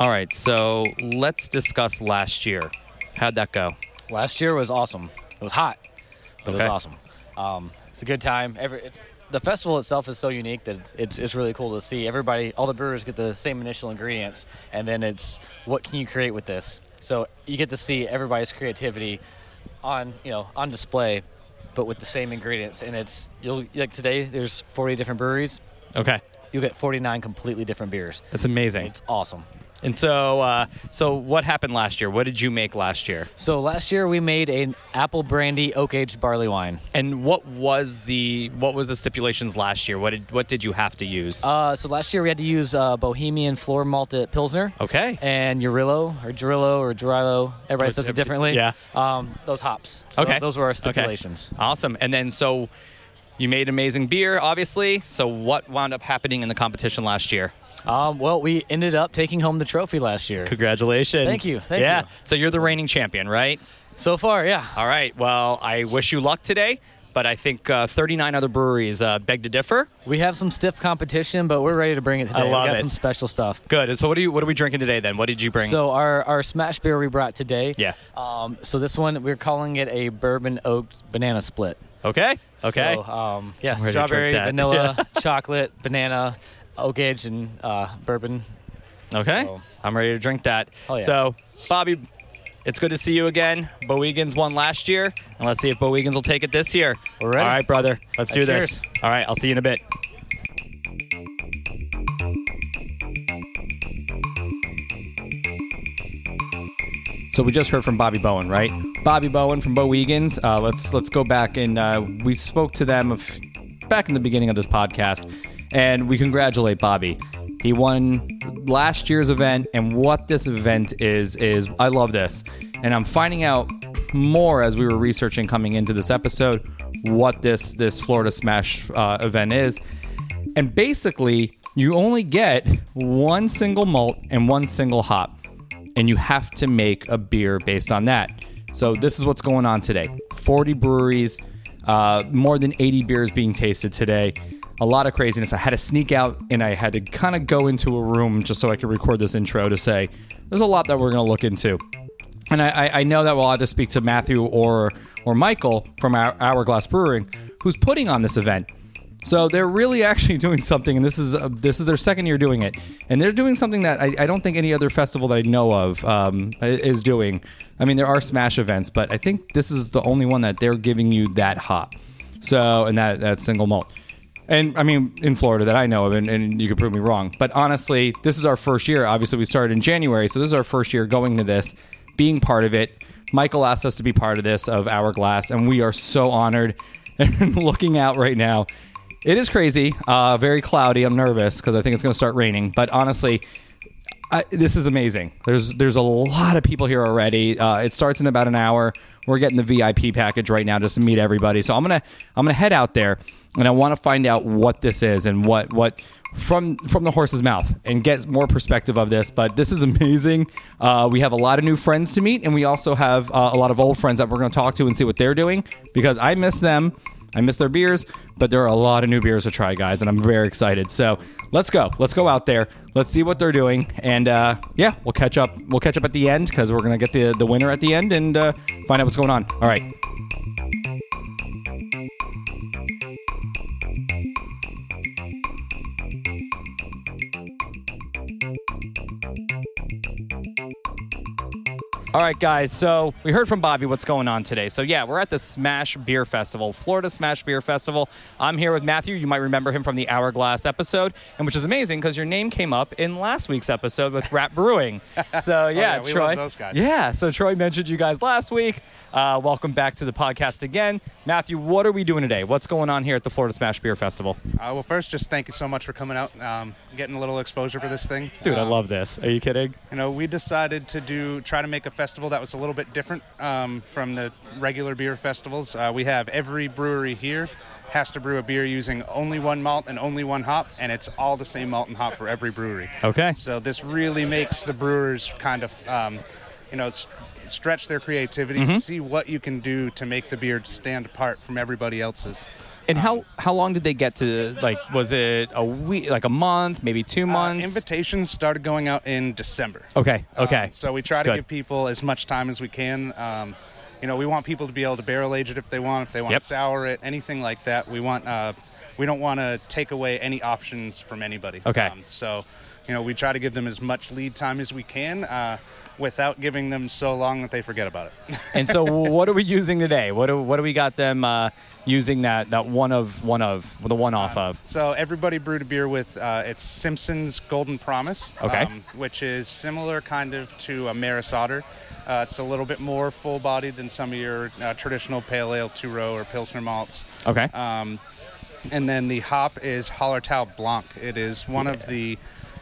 All right, so let's discuss last year. How'd that go? Last year was awesome. It was hot, but it Okay. was awesome. Um, it's a good time. Every it's, the festival itself is so unique that it's it's really cool to see everybody. All the brewers get the same initial ingredients, and then it's what can you create with this? So you get to see everybody's creativity on you know on display, but with the same ingredients. And it's you'll like today. There's 40 different breweries. Okay, You'll get 49 completely different beers. that's amazing. It's awesome. And so, uh, so what happened last year? What did you make last year? So last year we made an apple brandy oak aged barley wine. And what was the what was the stipulations last year? What did what did you have to use? Uh, so last year we had to use uh, Bohemian floor malted Pilsner. Okay. And Urillo or Drillo or Drillo. Everybody says it differently. Yeah. Um, those hops. So okay, Those were our Okay. stipulations. Awesome. And then so you made amazing beer, obviously. So what wound up happening in the competition last year? Um, well, we ended up taking home the trophy last year. Congratulations. Thank you, thank yeah. you. So you're the reigning champion, right? So far, yeah. All right. Well, I wish you luck today, but I think uh, 39 other breweries uh, beg to differ. We have some stiff competition, but we're ready to bring it today. love we got it. some special stuff. Good. And so what are you what are we drinking today then? What did you bring? So our, our smash beer we brought today. Yeah. Um, so this one we're calling it a bourbon oak banana split. okay. Okay. So, um, yeah, ready to drink strawberry, that. vanilla, chocolate, banana, oak age, and uh, bourbon. Okay. So- I'm ready to drink that. Oh, yeah. So, Bobby, it's good to see you again. Bowiegans won last year, and let's see if Bowiegans will take it this year. We're ready. All right, brother. Let's Uh, do cheers. this. All right, I'll see you in a bit. So we just heard from Bobby Bowen, right? Bobby Bowen from Bowiegans. Uh, let's let's go back and uh, we spoke to them of, back in the beginning of this podcast, and we congratulate Bobby. He won last year's event, and what this event is is I love this, and I'm finding out more as we were researching coming into this episode what this this Florida Smash uh, event is, and basically you only get one single malt and one single hop and you have to make a beer based on that. So this is what's going on today. 40 breweries, uh, more than 80 beers being tasted today. A lot of craziness. I had to sneak out and I had to kind of go into a room just so I could record this intro to say there's a lot that we're going to look into. And I, I, I know that we'll either speak to Matthew or or Michael from our Hourglass Brewing, who's putting on this event. So they're really actually doing something, and this is uh, this is their second year doing it, and they're doing something that I, I don't think any other festival that I know of um, i- is doing. I mean, there are Smash events, but I think this is the only one that they're giving you that hop, so and that that single malt, and I mean in Florida that I know of, and, and you could prove me wrong, but honestly, this is our first year. Obviously, we started in January, so this is our first year going to this, being part of it. Michael asked us to be part of this of Hourglass, and we are so honored. And looking out right now, it is crazy. Uh, very cloudy. I'm nervous because I think it's going to start raining. But honestly, I, this is amazing. There's there's a lot of people here already. Uh, it starts in about an hour. We're getting the VIP package right now just to meet everybody. So I'm gonna I'm gonna head out there and I want to find out what this is and what what from from the horse's mouth and get more perspective of this. But this is amazing. Uh, we have a lot of new friends to meet and we also have uh, a lot of old friends that we're gonna talk to and see what they're doing because I miss them. I miss their beers, but there are a lot of new beers to try, guys, and I'm very excited. So let's go. Let's go out there. Let's see what they're doing, and uh, yeah, we'll catch up. We'll catch up at the end because we're gonna get the the winner at the end and uh, find out what's going on. All right. All right, guys. So we heard from Bobby what's going on today. So yeah, we're at the Smash Beer Festival, Florida Smash Beer Festival. I'm here with Matthew. You might remember him from the Hourglass episode, and which is amazing because your name came up in last week's episode with Rap Brewing. So yeah, Oh, yeah, we Troy. love those guys. Yeah. So Troy mentioned you guys last week. Uh, welcome back to the podcast again, Matthew. What are we doing today? What's going on here at the Florida Smash Beer Festival? Uh, well, first, just thank you so much for coming out, um, getting a little exposure for this thing. Dude, I Um, love this. Are you kidding? You know, we decided to do try to make a festival that was a little bit different um, from the regular beer festivals. Uh, we have every brewery here has to brew a beer using only one malt and only one hop, and it's all the same malt and hop for every brewery. Okay. So this really makes the brewers kind of, um, you know, s- stretch their creativity, Mm-hmm. see what you can do to make the beer stand apart from everybody else's. Um, And how how long did they get to like was it a week like a month maybe two Uh, months? invitations started going out in December. okay, okay. Um, so we try to Good. give people as much time as we can. Um, you know, we want people to be able to barrel age it if they want, if they want Yep. to sour it, anything like that. We want, uh, we don't want to take away any options from anybody. Um, Okay. so, you know, we try to give them as much lead time as we can, uh, without giving them so long that they forget about it. and so what are we using today? What do, what do we got them uh, using that that one of one of the one off of? So everybody brewed a beer with uh, it's Simpson's Golden Promise, um, Okay. which is similar kind of to a Maris Otter. Uh, it's a little bit more full-bodied than some of your uh, traditional pale ale two-row or pilsner malts. Okay. Um, and then the hop is Hallertau Blanc. It is one of the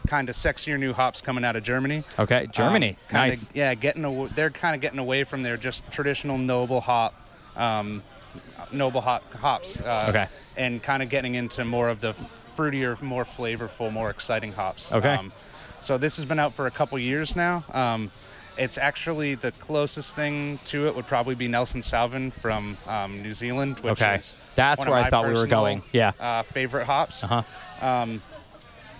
kind of sexier new hops coming out of Germany. okay, Germany. Um, kinda- nice. Yeah, getting aw- they're kind of getting away from their just traditional noble hop, um, noble hop hops. Uh, Okay. And kind of getting into more of the fruitier, more flavorful, more exciting hops. Um, Okay. so this has been out for a couple years now. Um, it's actually the closest thing to it would probably be Nelson Salvin from um, New Zealand, which Okay. is That's one of where I my thought we were personal, going. Yeah. uh, favorite hops Um, Uh-huh.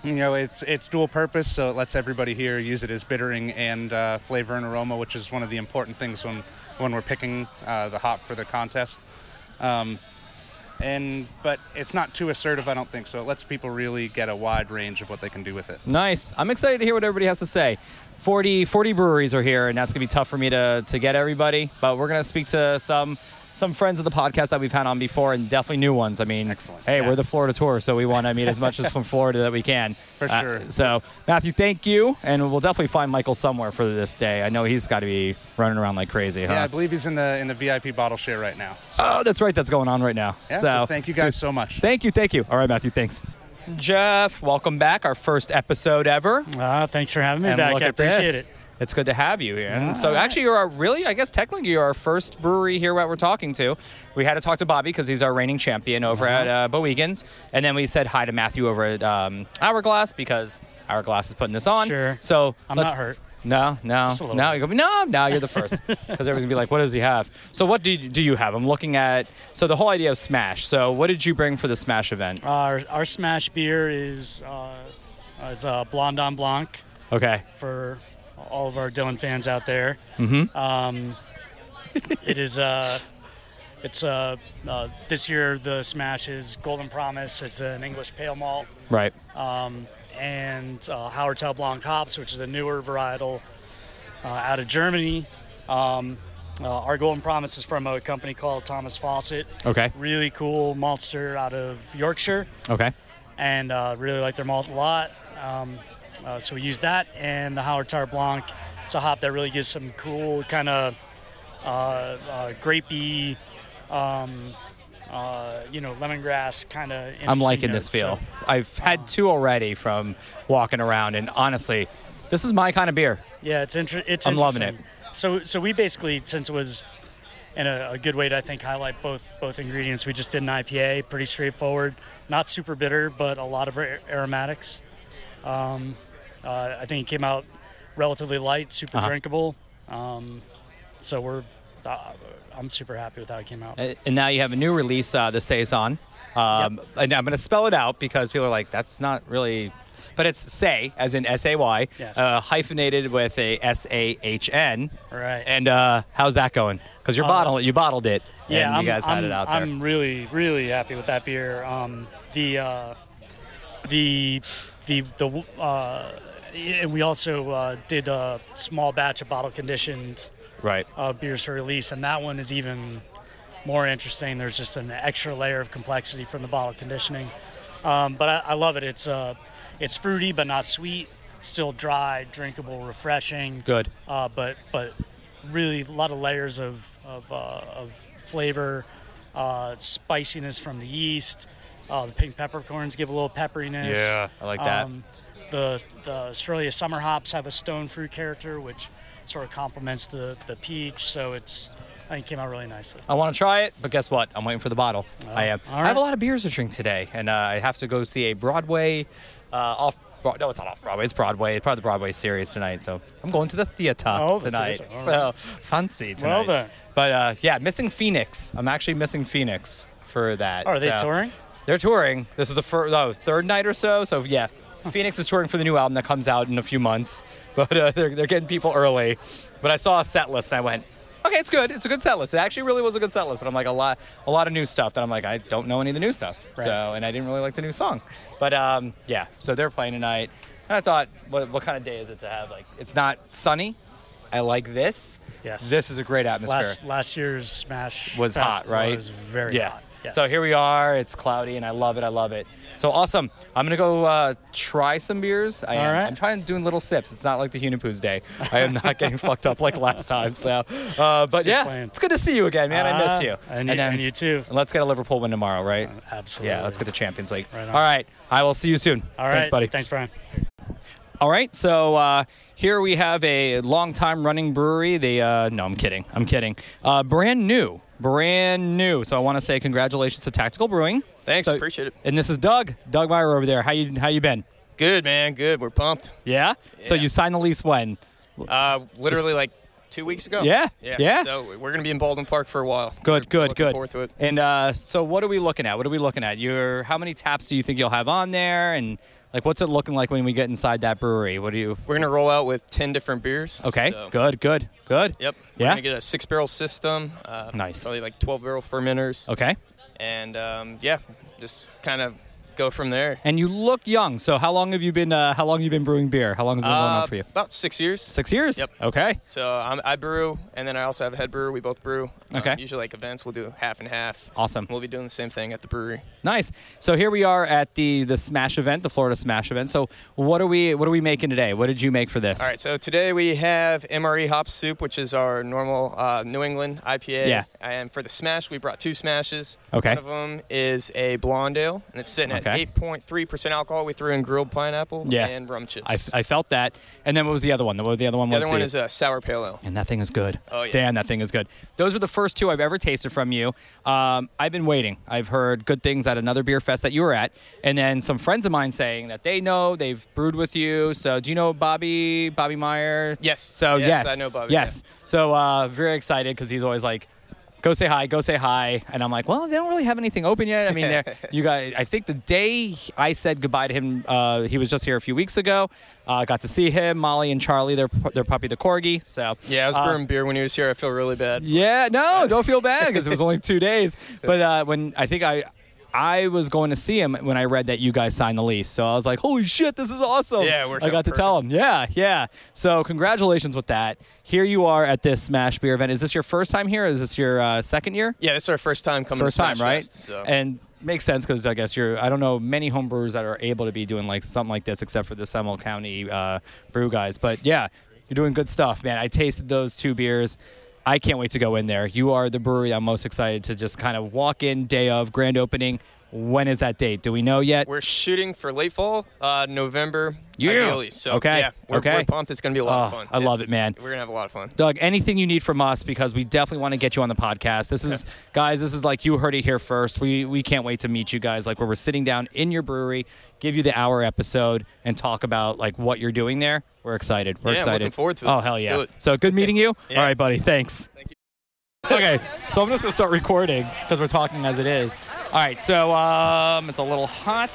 you know it's it's dual purpose so it lets everybody here use it as bittering and uh, flavor and aroma which is one of the important things when when we're picking uh, the hop for the contest um, and but it's not too assertive i don't think so it lets people really get a wide range of what they can do with it Nice. I'm excited to hear what everybody has to say. 40, 40 breweries are here, and that's going to be tough for me to, to get everybody. But we're going to speak to some some friends of the podcast that we've had on before and definitely new ones. I mean, Excellent. hey, Yeah. we're the Florida tour, so we want to meet as much as from Florida that we can. Uh, For sure. So, Matthew, thank you. And we'll definitely find Michael somewhere for this day. I know he's got to be running around like crazy, huh? yeah i believe he's in the in the vip bottle share right now so, oh, that's right. That's going on right now. yeah, so thank you guys so much Thank you. Thank you. All right, Matthew, thanks. Jeff, welcome back. Our first episode ever. Ah, thanks for having me and back. look I at appreciate this. it. It's good to have you. And so, All right. actually, you're our really, I guess, technically, you're our first brewery here that we're talking to. We had to talk to Bobby because he's our reigning champion over at uh, Bowiegans. And then we said hi to Matthew over at um, Hourglass because Hourglass is putting this on. Sure. So, I'm not let's- hurt. No, no, Just a little bit. no. You're gonna be, no, no. You're the first because everyone's gonna be like, "What does he have?" So, what do you, do you have? I'm looking at so the whole idea of Smash. So, what did you bring for the Smash event? Our our smash beer is uh, is uh, Blonde on Blanc Okay, for all of our Dylan fans out there. Mm-hmm. Um, it is uh, it's uh, uh, this year the smash is Golden Promise. It's an English pale malt right. um, and uh, Howard Tail Blanc hops, which is a newer varietal uh, out of Germany. Um, uh, our Golden Promise is from a company called Thomas Fawcett. Okay, really cool maltster out of Yorkshire, okay, and uh, really like their malt a lot. Um, uh, so we use that, and the Howard Tar Blanc. It's a hop that really gives some cool kind of uh, uh, grapey, um, uh, you know, lemongrass kind of. I'm liking this feel. I've had two already from walking around, and honestly, this is my kind of beer. Yeah, it's inter- it's I'm loving interesting. So so we basically since it was and a, a good way to I think highlight both both ingredients. We just did an IPA, pretty straightforward, not super bitter, but a lot of ar- aromatics. Um, uh, I think it came out relatively light, super Uh-huh. drinkable. Um, so we're uh, I'm super happy with how it came out. Uh, And now you have a new release, uh, the saison. Um, And I'm going to spell it out because people are like, that's not really. But it's say, as in S A Y, Yes. uh, hyphenated with a S A H N. Right. And uh, how's that going? Because your Uh, bottle, you bottled it. yeah, and I'm, you guys had I'm- it out there. I'm really, really happy with that beer. Um, the uh, the the the uh, and we also uh, did a small batch of bottle conditioned right. uh, beers for release, and that one is even more interesting. There's just an extra layer of complexity from the bottle conditioning, um, but I, I love it. It's uh, it's fruity but not sweet. Still dry, drinkable, refreshing Good. uh, but but really a lot of layers of of, uh, of flavor, uh, spiciness from the yeast. Uh, the pink peppercorns give a little pepperiness. Yeah, I like that. the the Australia summer hops have a stone fruit character, which sort of complements the the peach. So it's I think it came out really nicely. I want to try it, but guess what? I'm waiting for the bottle. I am. Oh. all I have a right. lot of beers to drink today, and uh, I have to go see a Broadway uh, off Bro- no, it's not off Broadway. It's Broadway. It's part of the Broadway series tonight. So I'm going to the theater Oh, the tonight. theater. All So fancy tonight. Well then. But uh, yeah, missing Phoenix. I'm actually missing Phoenix for that. Oh, Are they So- touring? They're touring. This is the fir- oh, third night or so. So yeah, Phoenix is touring for the new album that comes out in a few months. But uh, they're they're getting people early. But I saw a set list and I went. Okay, it's good. It's a good set list. It actually really was a good set list, but I'm like a lot, a lot of new stuff that I'm like I don't know any of the new stuff. So, and I didn't really like the new song, but um, yeah. So they're playing tonight, and I thought, what, what kind of day is it to have? Like, it's not sunny. I like this. Yes. This is a great atmosphere Last last year's Smash was Fest hot, right? Was very yeah. hot. Yes. So here we are. It's cloudy, and I love it. I love it. So awesome. I'm gonna go uh, try some beers. I am. All right. I'm trying doing little sips. It's not like the Hunipoo's day. I am not getting fucked up like last time. So, uh, but good yeah, plan. it's good to see you again, man. I Ah, miss you. and you- and you too. Uh, And let's get a Liverpool win tomorrow, right? Absolutely. Yeah, let's get the Champions League. Right on. All right. I will see you soon. All right, Thanks, buddy. Thanks, Brian. All right, so uh, here we have a long-time running brewery. They uh, no, I'm kidding. I'm kidding. Uh, brand new, brand new. So I want to say congratulations to Tactical Brewing. Thanks, So- appreciate it. And this is Doug, Doug Meyer over there. How you how you been? Good man, good. We're pumped. Yeah. So Yeah. you signed the lease when? Uh, literally like two weeks ago. Yeah, yeah, yeah. So we're gonna be in Baldwin Park for a while. Good, We're good, looking good. Forward to it. And uh, so what are we looking at? What are we looking at? Your how many taps do you think you'll have on there? And like, what's it looking like when we get inside that brewery? What do you? We're gonna roll out with ten different beers. Okay. so- Good, good, good. Yep. We're Yeah. gonna get a six barrel system. Uh, Nice. Probably like twelve barrel fermenters. okay. And um, yeah, just kind of go from there. And you look young. So how long have you been? Uh, how long have you been brewing beer? How long has it been going Uh, on for you? About six years. Six years. Yep. Okay. So I'm, I brew, and then I also have a head brewer. We both brew. Um, Okay. usually, like events, we'll do half and half. Awesome. We'll be doing the same thing at the brewery. Nice. So here we are at the the Smash event, the Florida Smash event. So what are we what are we making today? What did you make for this? All right, so today we have MRE Hop Soup, which is our normal uh, New England IPA. Yeah. And for the smash, we brought two smashes. Okay. One of them is a blonde ale, and it's sitting Okay. at 8.3% alcohol. We threw in grilled pineapple Yeah. and rum chips. I, I felt that. And then what was the other one? The, the other one the was other one is uh, a sour pale ale. and that thing is good. Oh, yeah. Damn, that thing is good. Those were the first two I've ever tasted from you. Um, I've been waiting. I've heard good things at another beer fest that you were at, and then some friends of mine saying that they know they've brewed with you. So, do you know Bobby Bobby Meyer? Yes. So yes, Yes, I know Bobby, Yes. So uh, very excited because he's always like. Go say hi. Go say hi, and I'm like, well, they don't really have anything open yet. I mean, they're- you guys. I think the day I said goodbye to him, uh, he was just here a few weeks ago. Uh, got to see him, Molly and Charlie, their their puppy, the corgi. So Yeah, I was uh, brewing beer when he was here. I feel really bad. yeah, no, don't feel bad because it was only two days. But uh, when I think I, I was going to see him when I read that you guys signed the lease, so I was like, "Holy shit, this is awesome!" Yeah, it works I out got to tell him. Yeah, yeah. So congratulations with that. Here you are at this Smash Beer event. Is this your first time here? Is this your uh, second year? Yeah, this is our first time coming first to time, Smash right? Fest, so. And makes sense because I guess you're. I don't know many homebrewers that are able to be doing like something like this, except for the Seminole County uh, brew guys. But yeah, you're doing good stuff, man. I tasted those two beers. I can't wait to go in there. You are the brewery I'm most excited to just kind of walk in day of grand opening. When is that date? Do we know yet? We're shooting for late fall, uh, November. Yeah. Ideally. So Okay, yeah, we're, okay. we're pumped. It's gonna be a lot of Oh, fun. I love It's- it, man. We're gonna have a lot of fun. Doug, anything you need from us because we definitely want to get you on the podcast. This is, guys, this is like you heard it here first. We we can't wait to meet you guys. Like where we're sitting down in your brewery, give you the hour episode, and talk about like what you're doing there. We're excited. We're Yeah, I'm excited. looking forward to it. Oh hell Let's yeah! do it. So good meeting you. Yeah. All right, buddy. Thanks. Okay, so I'm just gonna start recording because we're talking as it is. All right, so um, it's a little hot.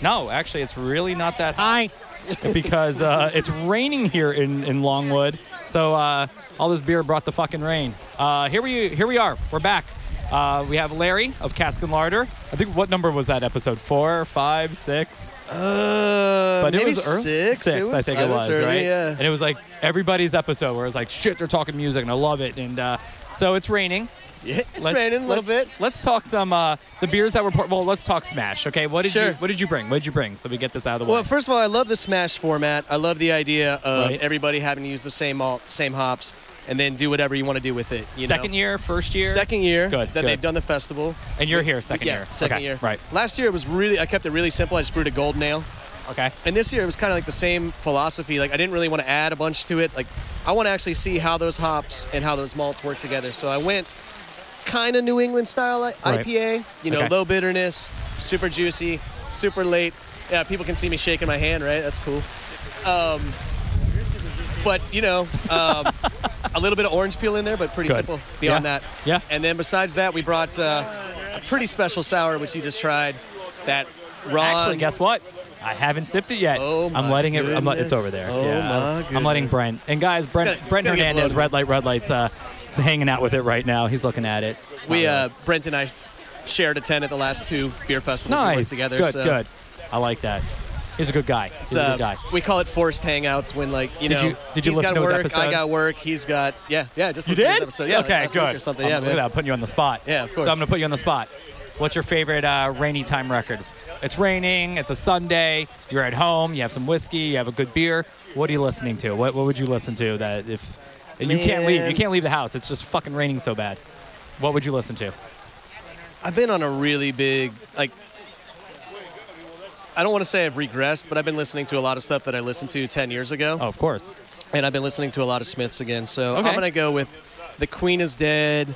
No, actually, it's really not that hot because uh, it's raining here in, in Longwood. So uh, all this beer brought the fucking rain. Uh, here we here we are. We're back. Uh, we have Larry of Cask and Larder. I think what number was that episode? Four, five, six. Uh, But maybe it was early. six. It was- I think it was, early, right? Yeah. And it was like everybody's episode where it was like, shit, they're talking music and I love it. And uh, so it's raining. Yeah, it's Let- raining a little let's- bit. Let's talk some uh, the beers that were. Pour- well, let's talk Smash. Okay, what did Sure. you what did you bring? What did you bring? So we get this out of the way. Well, first of all, I love the Smash format. I love the idea of Right. everybody having to use the same malt, same hops, and then do whatever you want to do with it. You second know? year, first year, Second year Good, that good. they've done the festival. and you're here second yeah, year. second Okay, year. Right. Last year it was really I kept it really simple. I just brewed a golden ale. Okay. And this year it was kind of like the same philosophy. Like I didn't really want to add a bunch to it. Like I want to actually see how those hops and how those malts work together. So I went kind of New England style I- Right. IPA, you know, Okay. low bitterness, super juicy, super late, Yeah, people can see me shaking my hand, right? That's cool. Um, but you know, um, a little bit of orange peel in there, but pretty simple. Beyond Yeah. that, Yeah. And then besides that, we brought uh, a pretty special sour, which you just tried. That Ron. Actually, guess what? I haven't sipped it yet. Oh my I'm letting it. I'm let, goodness. it's over there. Oh yeah. my I'm letting goodness. Brent and guys. Brent gonna- it's Brent gonna get Hernandez, bloated. red light, red lights. Uh, is hanging out with it right now. He's looking at it. we uh, Brent and I shared a tent at the last two beer festivals we nice. worked together. good, so good. I like that. He's a good guy. He's It's, a uh, good guy. We call it forced hangouts when, like, you Did know, you- did you he's listen to got his work, I episode? got work, he's got yeah, yeah. Just You listen to his did? episode. Yeah, like okay, last week good. or something. Um, Yeah, look man. at that, I'm putting you on the spot. Yeah, of course. So I'm gonna put you on the spot. What's your favorite uh, rainy time record? It's raining. It's a Sunday. You're at home. You have some whiskey. You have a good beer. What are you listening to? What, what would you listen to that if you can't leave? You Man. can't leave the house. It's just fucking raining so bad. What would you listen to? I've been on a really big like. I don't want to say I've regressed, but I've been listening to a lot of stuff that I listened to ten years ago, Oh, of course. and I've been listening to a lot of Smiths again. So Okay. I'm gonna go with "The Queen Is Dead."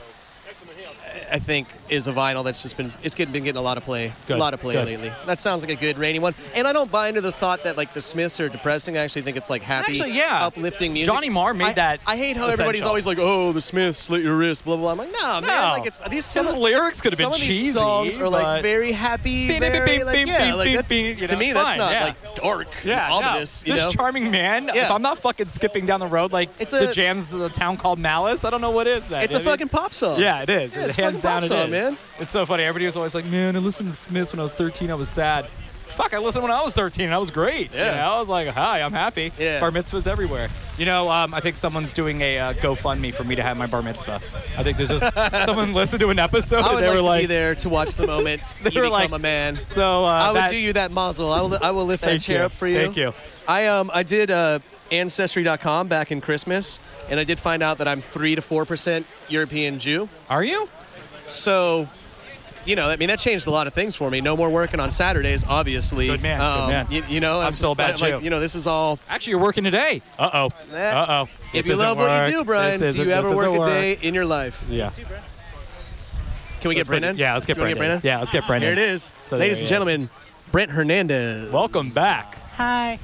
I think is a vinyl that's just been it's getting, been getting a lot of play, Good, a lot of play good. lately. That sounds like a good rainy one, and I don't buy into the thought that like the Smiths are depressing. I actually think it's like happy, Actually, yeah. uplifting music. Johnny Marr made I- that I hate how everybody's essential. always like, "Oh, the Smiths slit your wrist," blah blah. blah. I'm like, no, man, No. like it's uh, these His some- lyrics could have some been of these cheesy, songs are but- like very happy, Beep, beep, very beep, like beep, yeah, beep, like beep, that's beep, you to know, me it's that's fine, not yeah. like dark, Yeah, and no. ominous. You this know? charming man. If Yeah. I'm not fucking skipping down the road like It's the a- jams of the town called Malice, I don't know what is that. it's a It- fucking pop song. Yeah, it is. Yeah, It- hands it's fucking pop down, it song, is. man. It's so funny. Everybody was always like, "Man, I listened to Smiths when I was 13. I was sad." Fuck, I listened when I was 13. and I was great. You Yeah. know, I was like, "Hi, I'm happy." Yeah. Bar mitzvahs everywhere. You know, um, I think someone's doing a uh, GoFundMe for me to have my bar mitzvah. I think there's just someone listened to an episode I and would they like were to like, be there to watch the moment They you were become like- a man. "So uh, I would that- do you that muzzle. I will. I will lift that Thank chair you. up for you. Thank you. I um I did uh, ancestry.com back in Christmas, and I did find out that I'm three to four percent European Jew. Are you? So, you know, I mean, that changed a lot of things for me. No more working on Saturdays, obviously. Um, Good man, good man. You, you know, I'm, still a just bad like- like, Jew. you know, this is all. Actually, you're working today. Uh oh. That- Uh oh. If you love what you do, Brian, do you ever work, a day in your life? Yeah. Can we get Brendan? Yeah, let's get Do you wanna Brendan. Brendan? Yeah, let's get Brendan. Here it is, So there ladies and he is. gentlemen. Brent Hernandez. Welcome back. Hi.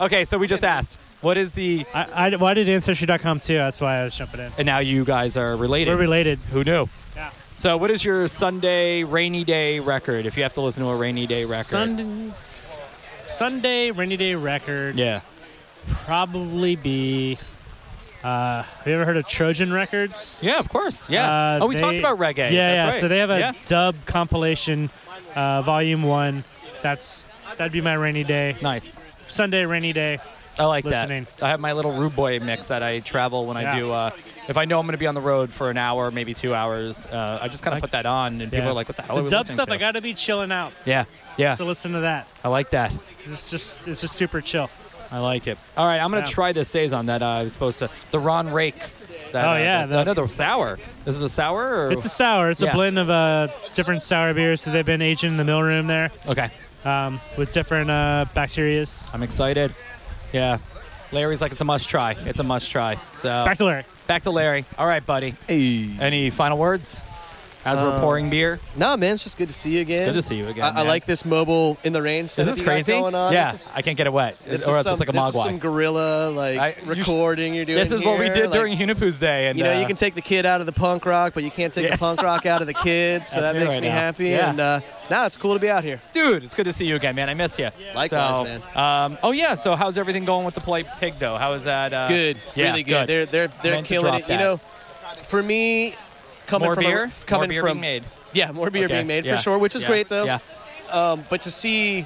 okay, so we just asked, what is the? I, I, well, I did Ancestry.com too. That's why I was jumping in. And now you guys are related. We're related. Who knew? Yeah. So, what is your Sunday rainy day record? If you have to listen to a rainy day record. Sunday, s- Sunday rainy day record Yeah. probably be. Uh, have you ever heard of Trojan Records? Yeah, of course. Yeah. Uh, oh, we they- talked about reggae. Yeah, That's yeah. right. So they have a Yeah. dub compilation, uh, volume one. That's that'd be my rainy day. Nice. Sunday rainy day. I like Listening. that. I have my little rude boy mix that I travel when I Yeah. do. Uh, if I know I'm going to be on the road for an hour, maybe two hours, uh, I just kind of put Like- that on, and people Yeah. are like, "What the hell?" The are we dub listening stuff, to? I gotta be chilling out. Yeah, yeah. So listen to that. I like that. 'cause it's just it's just super chill. I like it. All right, I'm gonna Yeah. try this saison that uh, I was supposed to. The Ron Rake. That, Oh, uh, yeah, the, the- another sour. This is a sour. Or? It's a sour. It's Yeah. a blend of uh, different sour beers that they've been aging in the mill room there okay. um, with different uh, bacterias. I'm excited. Yeah. Larry's like it's a must try. It's a must try. So Back to Larry. back to Larry. All right, buddy. Hey. Any final words? As we're pouring beer, uh, Nah, man, it's just good to see you again. good to see you again. I, I man. like this mobile in the rain. Is setup this you got crazy? Going on. Yeah, This is, I can't get it wet. this is or else some, it's like a this is some mogwai. gorilla like I- you sh- recording you, are doing. This is what we here, did like, during Hunipoo's Day, and You know, uh, you can take the kid out of the punk rock, but you can't take the punk rock out of the kids. So That's that me makes right me now. happy. Yeah. And uh, now it's cool to be out here. dude, it's good to see you again, man. I missed you. Likewise, so, man. Um, oh yeah, so how's everything going with the polite pig though? How is that? Uh, Good, yeah, really good. They're they're they're meant to killing drop it. that. You know, for me, coming more from a- beer, coming more beer from being made. yeah, more beer Okay, being made yeah, for sure, which is yeah, great though. Yeah, Um, but to see,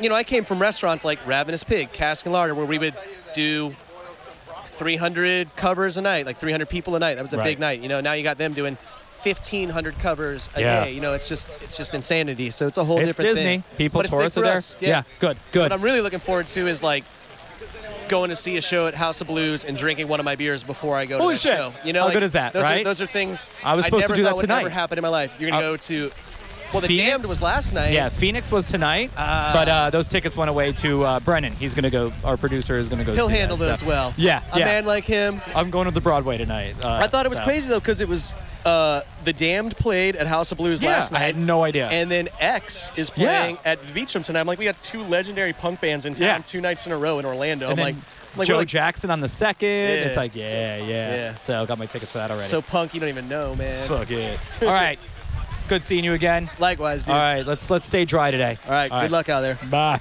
you know, I came from restaurants like Ravenous Pig, Cask and Larder, where we would do 300 covers a night, like 300 people a night. That was a Right. big night. You know, now you got them doing 1,500 covers a Yeah. day. You know, it's just it's just insanity. So it's a whole it's different Disney. thing. People, But it's big tourists are for there. us. Yeah. good, good. What I'm really looking forward to is like going to see a show at House of Blues and drinking one of my beers before I go Holy to that shit. show. You know, How like, good is that, Those right? are those are things I was supposed to never do that thought would tonight. Ever happen in my life. You're gonna Uh, go to well, the Phoenix? Damned was last night. Yeah, Phoenix was tonight, but uh, those tickets went away to uh, Brennan. He's gonna go. Our producer is gonna go. He'll see that, handle so- those well. Yeah, A yeah. man like him. I'm going to the Broadway tonight. Uh, I thought it was so- crazy though because it was Uh, the Damned played at House of Blues Yeah, last I night. had no idea. And then X is playing at Beecham tonight. I'm like, we got two legendary punk bands in town Yeah. two nights in a row in Orlando. I'm And like, then I'm like, Joe we're like Jackson on the second. It's Yeah. like, yeah, yeah. Yeah. So I got my tickets for that already. so punk, you don't even know, man. fuck it. All right. Good seeing you again. Likewise, dude. All right, let's let's stay dry today. All right, good luck out there. Bye.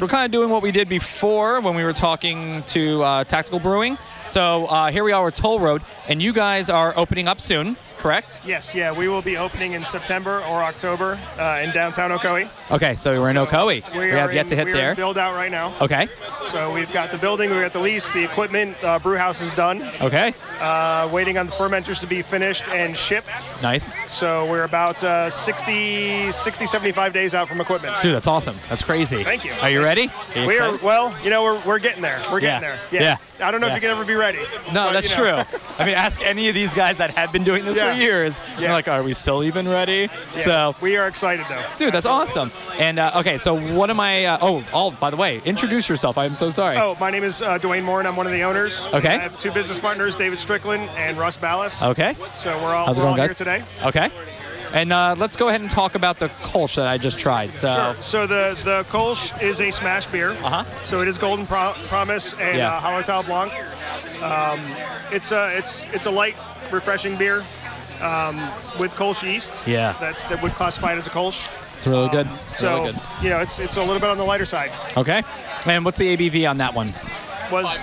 We're kind of doing what we did before when we were talking to uh, Tactical Brewing. So uh, here we are with Toll Road, and you guys are opening up soon, correct? Yes, yeah, we will be opening in September or October uh, in downtown Ocoee. Okay, so we're in Ocoee. We, have are yet in- to hit we are in there. Oh. Build out right now. okay, So we've got the building, we've got the lease, the equipment. Uh, brew house is done. okay, Uh, waiting on the fermenters to be finished and shipped. nice, So we're about uh, 60, 60, 75 days out from equipment. dude. That's awesome. That's crazy. Thank you. Are you ready? Are you we are excited? well, you know, we're, we're getting there. We're getting Yeah. there. Yeah. Yeah. I don't know Yeah. if you can ever be ready. No, but, Oh, that's you know. true. I mean, ask any of these guys that have been doing this Yeah. for years. and They're Yeah. like, are we still even ready? Yeah. So, we are excited though. dude, that's awesome. And uh, okay, so what am I? Uh, oh, all by the way, introduce yourself. I'm so sorry. Oh, my name is uh, Dwayne Moore, and I'm one of the owners. Okay. I have two business partners, David Strickland and Russ Ballas. Okay. So we're all, How's it we're going, all guys? here today. Okay. And uh, let's go ahead and talk about the Kolsch that I just tried. So, Sure. So the the Kolsch is a smash beer. Uh-huh. So it is Golden Pro- Promise and Yeah. uh, Hallertau Blanc. Um, it's a it's it's a light, refreshing beer um, with Kolsch yeast. Yeah. That, that would classify it as a Kolsch. it's really good. Um, So really good. you know it's it's a little bit on the lighter side. Okay. And what's the ABV on that one? Was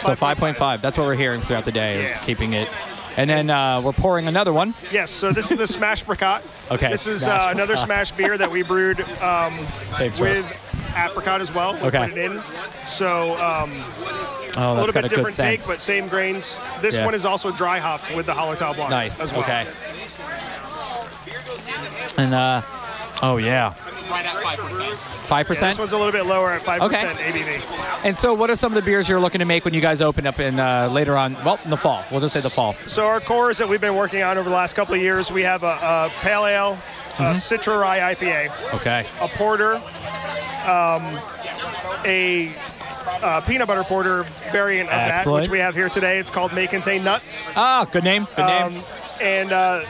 So 5.5. That's what we're hearing throughout the day is Yeah. keeping it. And then uh, we're pouring another one. yes. So this is the Smash Bricot. Okay, This is Smash uh, another smash beer that we brewed um, Thanks, Russ. with apricot as well. We Okay. put it in. So Oh, um, a that's got little bit a good different scent. take, but same grains. This Yeah. one is also dry hopped with the Hallertau Blanc. Nice. As well. Okay. And uh, oh yeah. Five Yeah, this percent. one's a little bit lower at 5% Okay. ABV. And so, what are some of the beers you're looking to make when you guys open up in uh, later on? Well, in the fall. We'll just say the fall. So our cores that we've been working on over the last couple of years, we have a, a pale ale, a Citra Rye IPA, Mm-hmm. Okay. a porter, um, a uh, peanut butter porter variant of that, Excellent. which we have here today. It's called May Contain Nuts. Ah, good name. Good name. Um, and uh,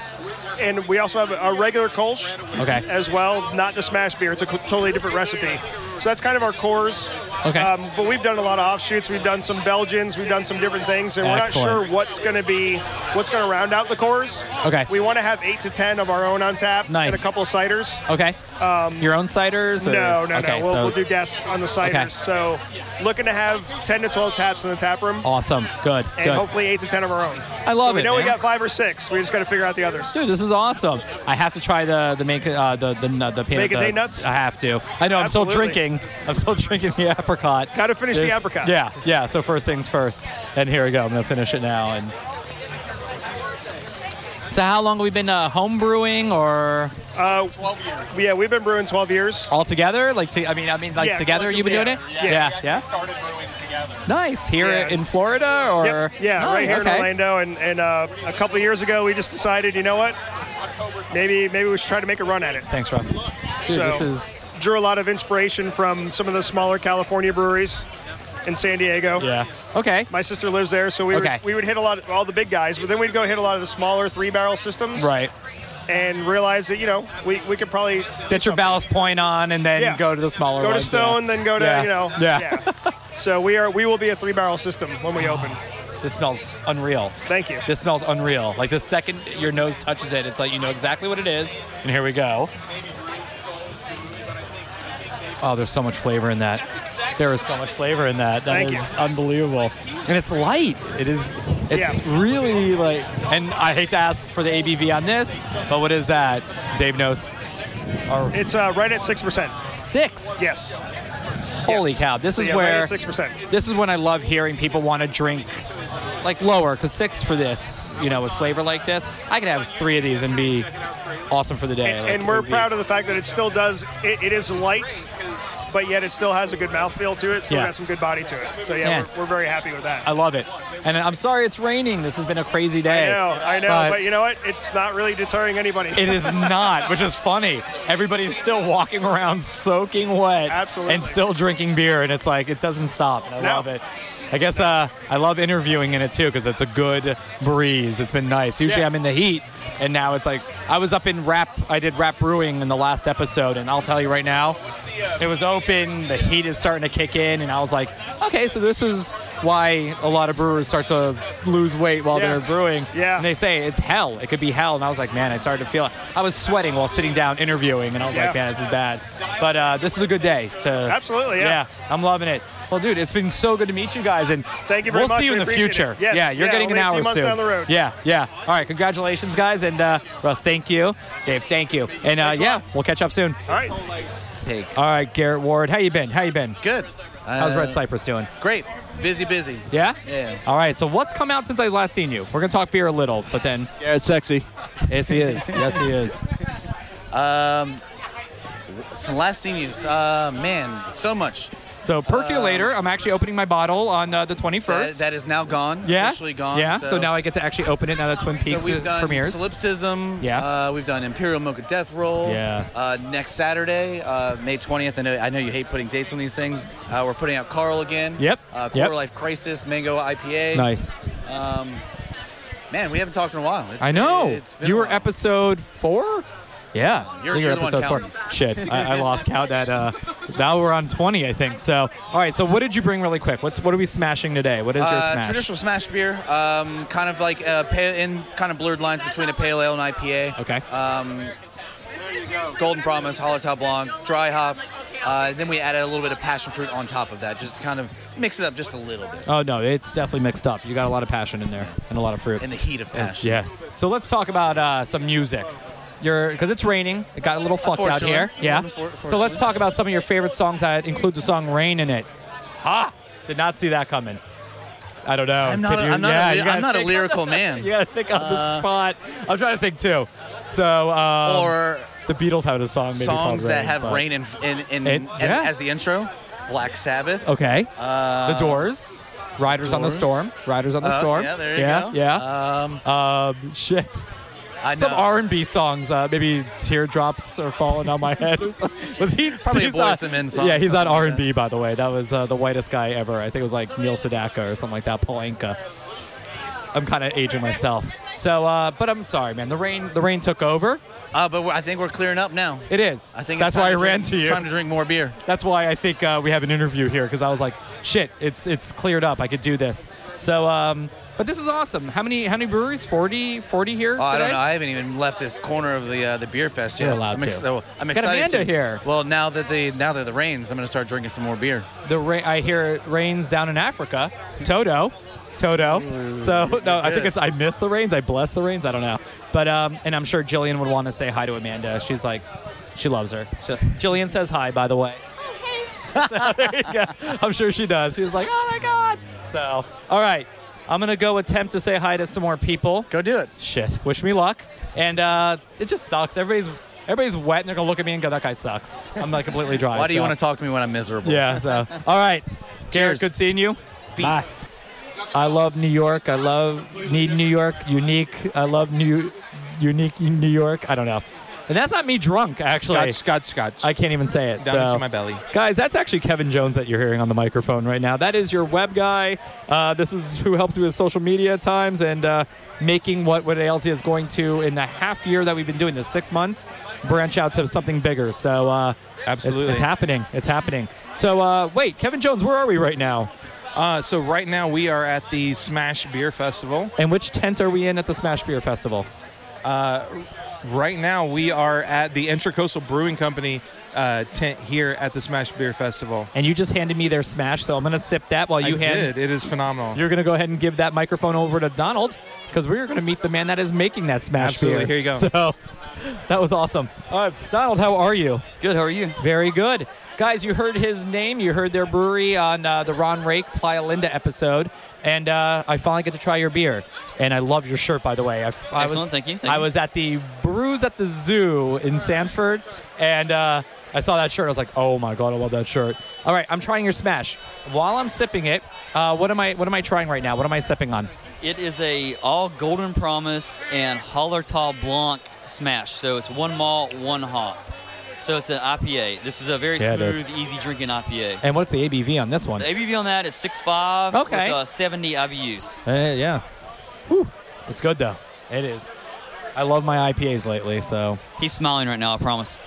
and we also have a regular Kolsch okay. as well, not the smash beer. It's a co- totally different recipe. So that's kind of our cores. Okay. Um, but we've done a lot of offshoots. We've done some Belgians. We've done some different things, and we're not Excellent. sure what's going to be what's going to round out the cores. Okay. We want to have eight to ten of our own on tap, and Nice. a couple of ciders. okay. Um, Your own ciders? Or? No, no, okay, no. We'll, so we'll do guests on the ciders. Okay. So looking to have ten to twelve taps in the tap room. awesome. Good. and good. hopefully eight to ten of our own. I love so we it, know we man. got five or six. We just got to figure out the others. Dude, this is awesome. I have to try the the make uh, the the nut- the peanut Bacon the- day nuts? I have to. I know. I'm still Absolutely. drinking. I'm still drinking the apricot. Gotta finish the apricot. Yeah, yeah. So first things first. And here we go. I'm gonna finish it now. And so, how long have we been uh, home brewing or Uh, yeah, we've been brewing 12 years. all together? Like, to, I mean, I mean, like Yeah, together you've been doing it? collectively, yeah. Yeah. yeah. started brewing together. Nice. Here Yeah. in Florida or Yep. Yeah, Nice, right here okay. in Orlando. And, and uh, a couple of years ago, we just decided, you know what? Maybe maybe we should try to make a run at it. Thanks, Russ. Dude, So- this is Drew a lot of inspiration from some of the smaller California breweries in San Diego. yeah. Okay. My sister lives there, so we, Okay. would, we would hit a lot of all the big guys, but then we'd go hit a lot of the smaller three barrel systems Right. and realize that, you know, we, we could probably Get your ballast point on, and then Yeah. go to the smaller. go to ones, yeah. Stone, then go to, Yeah. you know. Yeah. Oh. So we are we will be a three barrel system when we open. This smells unreal. Thank you. This smells unreal. Like the second your nose touches it, it's like you know exactly what it is. And here we go. Oh, there's so much flavor in that. There is so much flavor in that. That is Thank you. unbelievable. And it's light. It is. It's Yeah. really like. And I hate to ask for the ABV on this, but what is that? Dave knows. It's uh, right at six percent. Six. Yes. Holy Yes. cow! This So, is yeah, where. six percent. This is when I love hearing people want to drink like lower, because six for this, you know, with flavor like this, I could have three of these and be awesome for the day. Like, And we're proud of the fact that it still does. It, it is light, but yet it still has a good mouthfeel to it. Still Yeah. got some good body to it. So Yeah. yeah, we're, we're very happy with that. I love it, and I'm sorry it's raining. This has been a crazy day. I know, I know, but- but, you know what? It's not really deterring anybody. It is not, which is funny. Everybody's still walking around soaking wet Absolutely. and still drinking beer, and it's like it doesn't stop. And I No. love it. I guess uh, I love interviewing in it too because it's a good breeze. It's been nice. Usually Yeah. I'm in the heat, and now it's like I was up in rap. I did rap brewing in the last episode, and I'll tell you right now, it was open. The heat is starting to kick in, and I was like, okay, so this is why a lot of brewers start to lose weight while Yeah. they're brewing. Yeah. And they say it's hell. It could be hell. And I was like, man, I started to feel it. I was sweating while sitting down interviewing, and I was Yeah. like, man, this is bad. But uh, this is a good day to. Absolutely, yeah. I'm loving it. Well, dude, it's been so good to meet you guys, and Thank you very we'll much. see you We in the appreciate future. it. Yes, Yeah, you're yeah, getting an only a few hour months soon. down the road. Yeah, yeah. All right, congratulations, guys, and uh, Russ, thank you. Dave, thank you, and uh, Thanks a yeah, lot. we'll catch up soon. All right. Pig. All right, Garrett Ward, how you been? How you been? Good. How's Uh, Red Cypress doing? Great. Busy, busy. Yeah. Yeah. All right. So what's come out since I last seen you? We're gonna talk beer a little, but then Garrett's sexy. yes, he is. Yes, he is. Some Um, last seen you. Uh, man, so much. Um, So percolator, I'm actually opening my bottle on uh, the 21st. That, that is now gone. yeah. Officially gone. Yeah. So, So. now I get to actually open it now that Twin so Peaks we've is- done premieres. Solipsism. Yeah. Uh, we've done Imperial Mocha Death Roll. Yeah. Uh, next Saturday, uh, May 20th. I know, I know you hate putting dates on these things. Uh, we're putting out Carl again. Yep. Uh, Quarter Yep. Life Crisis, Mango IPA. nice. Um, Man, we haven't talked in a while. It's I been- know. it's been you a were while. episode four. Yeah, I You're- think you're the one counting. Shit, I, I lost count. At uh, now we're on twenty, I think. So, all right. So, what did you bring really quick? What's what are we smashing today? What is your Uh, smash? traditional smash beer, um, kind of like uh, pale, in kind of blurred lines between a pale ale and IPA. Okay. Um, Golden Promise, Hollertau Blanc, dry hopped. Uh, then we added a little bit of passion fruit on top of that, just to kind of mix it up just a little bit oh no, it's definitely mixed up. You got a lot of passion in there and a lot of fruit. in the heat of passion. Oh, yes. So let's talk about uh, some music. Your because it's raining. It got a little fucked out Uh, Unfortunately. here. Yeah. Unfor- So let's unfortunately. talk about some of your favorite songs that include the song "Rain" in it. Ha! Did not see that coming. I don't know. I'm not. Did A, you- I'm not. yeah, a, you ly- gotta I'm not a think- lyrical man. Uh, You gotta think on the spot. I'm trying to think too. So um, Or the Beatles had a song. Oh, Maybe called songs that Rain, have but- rain in, in, in, And- as- yeah. as the intro. Black Sabbath. Okay. Uh, the Doors. Riders on the Doors. Storm. Riders on the uh, Storm. Yeah, there you yeah, go. Yeah. Um, um, shit. I Some know. R&B songs. Uh, maybe teardrops are falling on my head. or something. Was he Probably a he's Boyz not- II Men song, Yeah, he's on something like R&B by the way. That was uh, the whitest guy ever. I think it was like Neil Sedaka or something like that. Polanka. I'm kind of aging myself. So, uh, but I'm sorry, man. The rain, the rain took over. Uh, but we're, I think we're clearing up now. It is. I think it's that's time why I to drink- ran to you. Time to drink more beer. That's why I think uh, we have an interview here because I was like, shit, it's it's cleared up. I could do this. So, um, but this is awesome. How many how many breweries? 40, 40 here Oh, I today. don't know. I haven't even left this corner of the uh, the beer fest yet. You're allowed I'm, ex- to. oh, I'm Got excited. Amanda to- here. Well, now that the now that the rains, I'm gonna start drinking some more beer. The ra- I hear it rains down in Africa. Toto, Mm, Toto. So no, I think it's I miss the rains. I bless the rains. I don't know. But um, and I'm sure Jillian would want to say hi to Amanda. She's like, she loves her. So, Jillian says hi, by the way. yeah, I'm sure she does. She's like, oh my god. So, all right, I'm gonna go attempt to say hi to some more people. Go do it. Shit. Wish me luck. And uh, it just sucks. Everybody's everybody's wet, and they're gonna look at me and go, that guy sucks. I'm like completely dry. Why do you so- want to talk to me when I'm miserable? yeah. So, all right. Jared, Cheers. good seeing you. Feet. Bye. I love New York. I love need New York. Unique. I love New unique New York. I don't know. And that's not me drunk, actually. Scotch, Scotch, Scotch. I can't even say it. Down so- into my belly. Guys, that's actually Kevin Jones that you're hearing on the microphone right now. That is your web guy. Uh, this is who helps me with social media at times and uh, making what what ALC is going to in the half year that we've been doing this six months branch out to something bigger. So uh, it- Absolutely. it's happening. It's happening. So uh, wait, Kevin Jones, where are we right now? Uh, so right now we are at the Smash Beer Festival. And which tent are we in at the Smash Beer Festival? Uh, Right now we are at the Intracoastal Brewing Company uh, tent here at the Smash Beer Festival. And you just handed me their Smash, so I'm gonna sip that while you I hand. did. It is phenomenal. You're going to go ahead and give that microphone over to Donald because we're going to meet the man that is making that smash. Absolutely. beer. Here you go. So that was awesome. All right, Donald, how are you? Good. How are you? Very good. Guys, you heard his name. You heard their brewery on uh, the Ron Rake Playa Linda episode. And uh, I finally get to try your beer. And I love your shirt, by the way. I, I was, Excellent. Thank you. Thank I you. was at the Brews at the Zoo in Sanford. And uh, I saw that shirt. I was like, oh my God, I love that shirt. All right, I'm trying your smash. While I'm sipping it, uh, what am I what am I trying right now? What am I sipping on? It is a all Golden Promise and Hallertau Blanc smash. So it's one malt, one hop. So it's an IPA. This is a very Yeah, it is. smooth, easy drinking IPA. And what's the ABV on this one? The ABV on that is 6.5 Okay. with uh, 70 IBUs. Uh, yeah. Whew. It's good though. It is. I love my IPAs lately, so. He's smiling right now, I promise.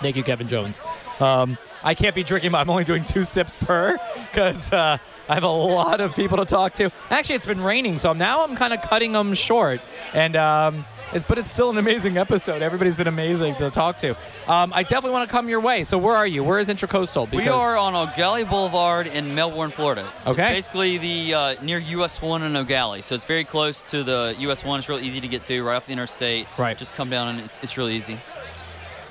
Thank you, Kevin Jones. Um, I can't be drinking. my- I'm only doing two sips per because uh, I have a lot of people to talk to. Actually, it's been raining, so now I'm kind of cutting them short. And um, it's, but it's still an amazing episode. Everybody's been amazing to talk to. Um, I definitely want to come your way. So where are you? Where is Intracoastal? we are on O'Galley Boulevard in Melbourne, Florida. Okay. It's basically the uh, near US 1 and O'Galley. So it's very close to the US 1. It's real easy to get to right off the interstate. Right. Just come down and it's, it's really easy.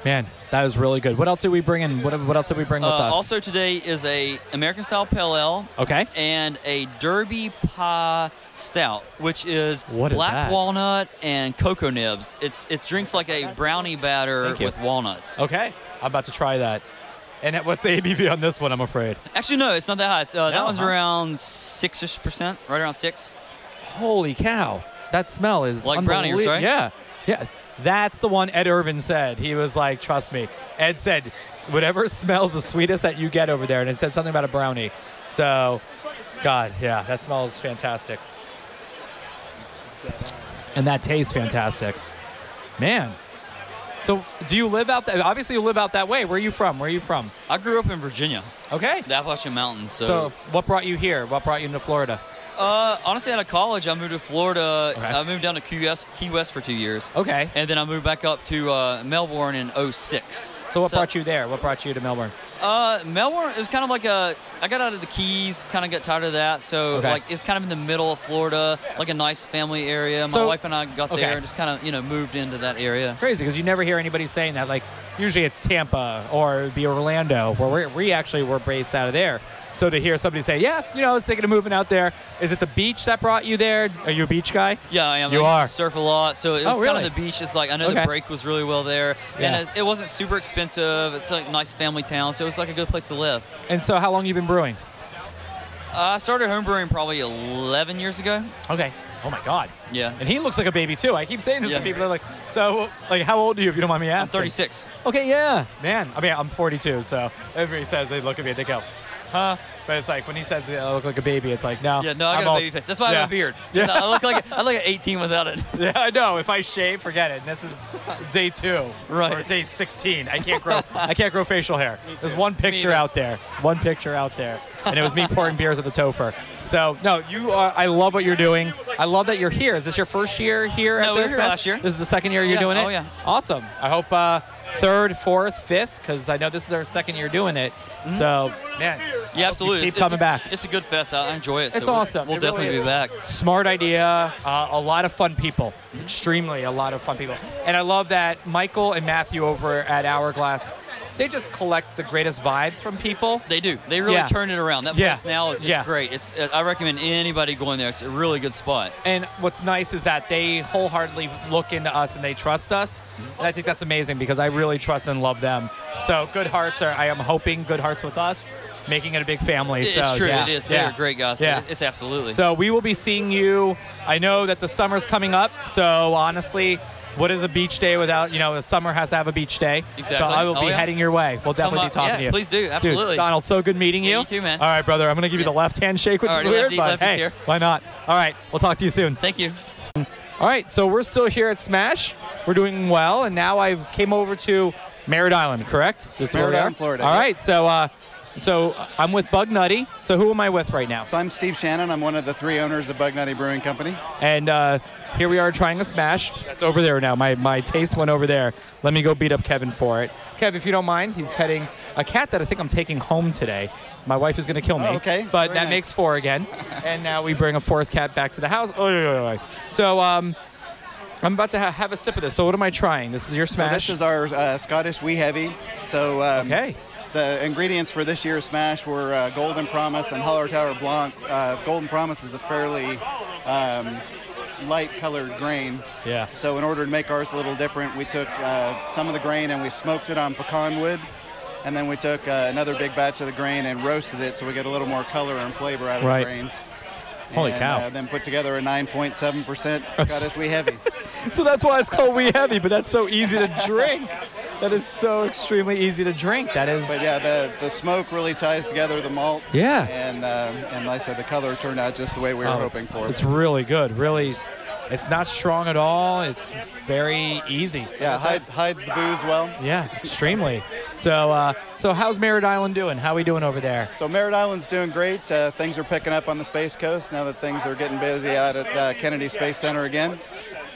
man, that was really good. What else did we bring in? What, what else did we bring with Uh, us? Also today is a American style pale ale. Okay. And a Derby pie stout, which is What is black that? walnut and cocoa nibs. It's it's drinks like a brownie batter Thank you. with walnuts. Okay, I'm about to try that. And what's the ABV on this one? I'm afraid. Actually, no, it's not that high. It's, uh, that No, one's huh? around six-ish percent, right around six. Holy cow! That smell is Like brown ears, unbelie- right? Yeah, yeah. That's the one Ed Irvin said. He was like, "Trust me." Ed said, "Whatever smells the sweetest that you get over there," and it said something about a brownie. So, God, yeah, that smells fantastic, and that tastes fantastic, man. So, do you live out that? Obviously, you live out that way. Where are you from? Where are you from? I grew up in Virginia. Okay. The Appalachian Mountains. So, so what brought you here? What brought you into Florida? Uh, honestly, out of college, I moved to Florida. I moved down to Key West, Key West for two years. Okay. And then I moved back up to uh, Melbourne in 06. So, what brought you there? What brought you to Melbourne? Uh, Melbourne, it was kind of like a. I got out of the Keys, kind of got tired of that. So, Okay. like, it's kind of in the middle of Florida, like a nice family area. My So- wife and I got okay. there and just kind of, you know, moved into that area. crazy because you never hear anybody saying that. Like usually it's Tampa or it'd be Orlando, where we're, we actually were based out of there. So to hear somebody say, "Yeah, you know, I was thinking of moving out there," is it the beach that brought you there? Are you a beach guy? Yeah, I am. You I are. used to surf a lot, so it Oh, was kind really? of the beach. It's like I know Okay. the break was really well there, Yeah. and it, it wasn't super expensive. It's like a nice family town, so it was like a good place to live. And so, how long you been brewing? Uh, I started homebrewing probably 11 years ago. Okay. Oh my God. Yeah. And he looks like a baby too. I keep saying this Yeah. to people. They're like, "So, like, how old are you?" If you don't mind me asking. 36. Okay. Yeah, man. I mean, I'm 42, so everybody says they look at me and they go, "Huh." But it's like when he says I look like a baby, it's like no. Yeah, no, I I'm got old. a baby face. That's why I Yeah. have a beard. Yeah. I look like I look like 18 without it. Yeah, I know. If I shave, forget it. This is day two, Right. Or day 16. I can't grow. I can't grow facial hair. There's one picture either. out there. One picture out there, and it was me pouring beers at the Topher. So no, you are. I love what you're doing. I love that you're here. Is this your first year here? No, at we were this here man? last year. This is the second year you're Yeah, doing it. oh, yeah. Awesome. I hope uh, third, fourth, fifth, because I know this is our second year doing it. So man, Mm-hmm. Yeah, absolutely. keep It's- it's coming a- back. It's a good fest. I I enjoy it. so it's we'll- awesome. We'll It really definitely be back. is. Smart idea. Uh, a lot of fun people. Extremely a lot of fun people. And I love that Michael and Matthew over at Hourglass, they just collect the greatest vibes from people. They do. They really Yeah. turned it around. That Yeah. place now is Yeah. great. It's uh, I recommend anybody going there. It's a really good spot. And what's nice is that they wholeheartedly look into us and they trust us. And I think that's amazing because I really trust and love them. So good hearts are, I am hoping good hearts with us, making it a big family. It's so, true. yeah, it is. yeah. They're great guys. So Yeah. it's- It's absolutely. So we will be seeing you. I know that the summer's coming up. So honestly, what is a beach day without you know? The summer has to have a beach day. So Exactly. I will Oh, be yeah. heading your way. We'll Come definitely be up. talking Yeah, to you. please do. Dude, Absolutely. Donald, so good meeting you. you too, man. All right, brother. I'm gonna give you the left hand shake, which All is right, weird, lefty- but lefty's hey, here. why not? All right, we'll talk to you soon. Thank you. All right, so we're still here at Smash. We're doing well, and now I came over to Merritt Island, correct? This is where Merritt we are? Island, Florida, All yep. right, so uh, so I'm with Bug Nutty. So who am I with right now? So I'm Steve Shannon. I'm one of the three owners of Bug Nutty Brewing Company. And uh, here we are trying a smash. That's over there now. My, my taste went over there. Let me go beat up Kevin for it. Kev, if you don't mind, he's petting a cat that I think I'm taking home today. My wife is going to kill me. Oh, okay. But Very that nice. makes four again. and now we bring a fourth cat back to the house. Oh, yeah, yeah, yeah. So um, I'm about to ha- have a sip of this. So what am I trying? This is your So smash. this is our uh, Scottish wee heavy. So um, okay. The ingredients for this year's smash were uh, Golden Promise and Holler Tower Blanc. Uh, Golden Promise is a fairly um, light colored grain. Yeah. So in order to make ours a little different, we took uh, some of the grain and we smoked it on pecan wood. And then we took uh, another big batch of the grain and roasted it so we get a little more color and flavor out of Right. the grains. Holy and, cow. Uh, then put together a 9.7% Us. Scottish wee heavy. so that's why it's called Wee Heavy. But that's so easy to drink. That is so extremely easy to drink. That is. But yeah, the, the smoke really ties together the malts. Yeah. And, um, and like I said, the color turned out just the way we were Oh, hoping it's, for. It's really good. Really, it's not strong at all. It's very easy. yeah, hide, hides the booze well. Yeah, extremely. So, uh, so how's Merritt Island doing? How we doing over there? So Merritt Island's doing great. Uh, things are picking up on the Space Coast now that things are getting busy out at uh, Kennedy Space Center again.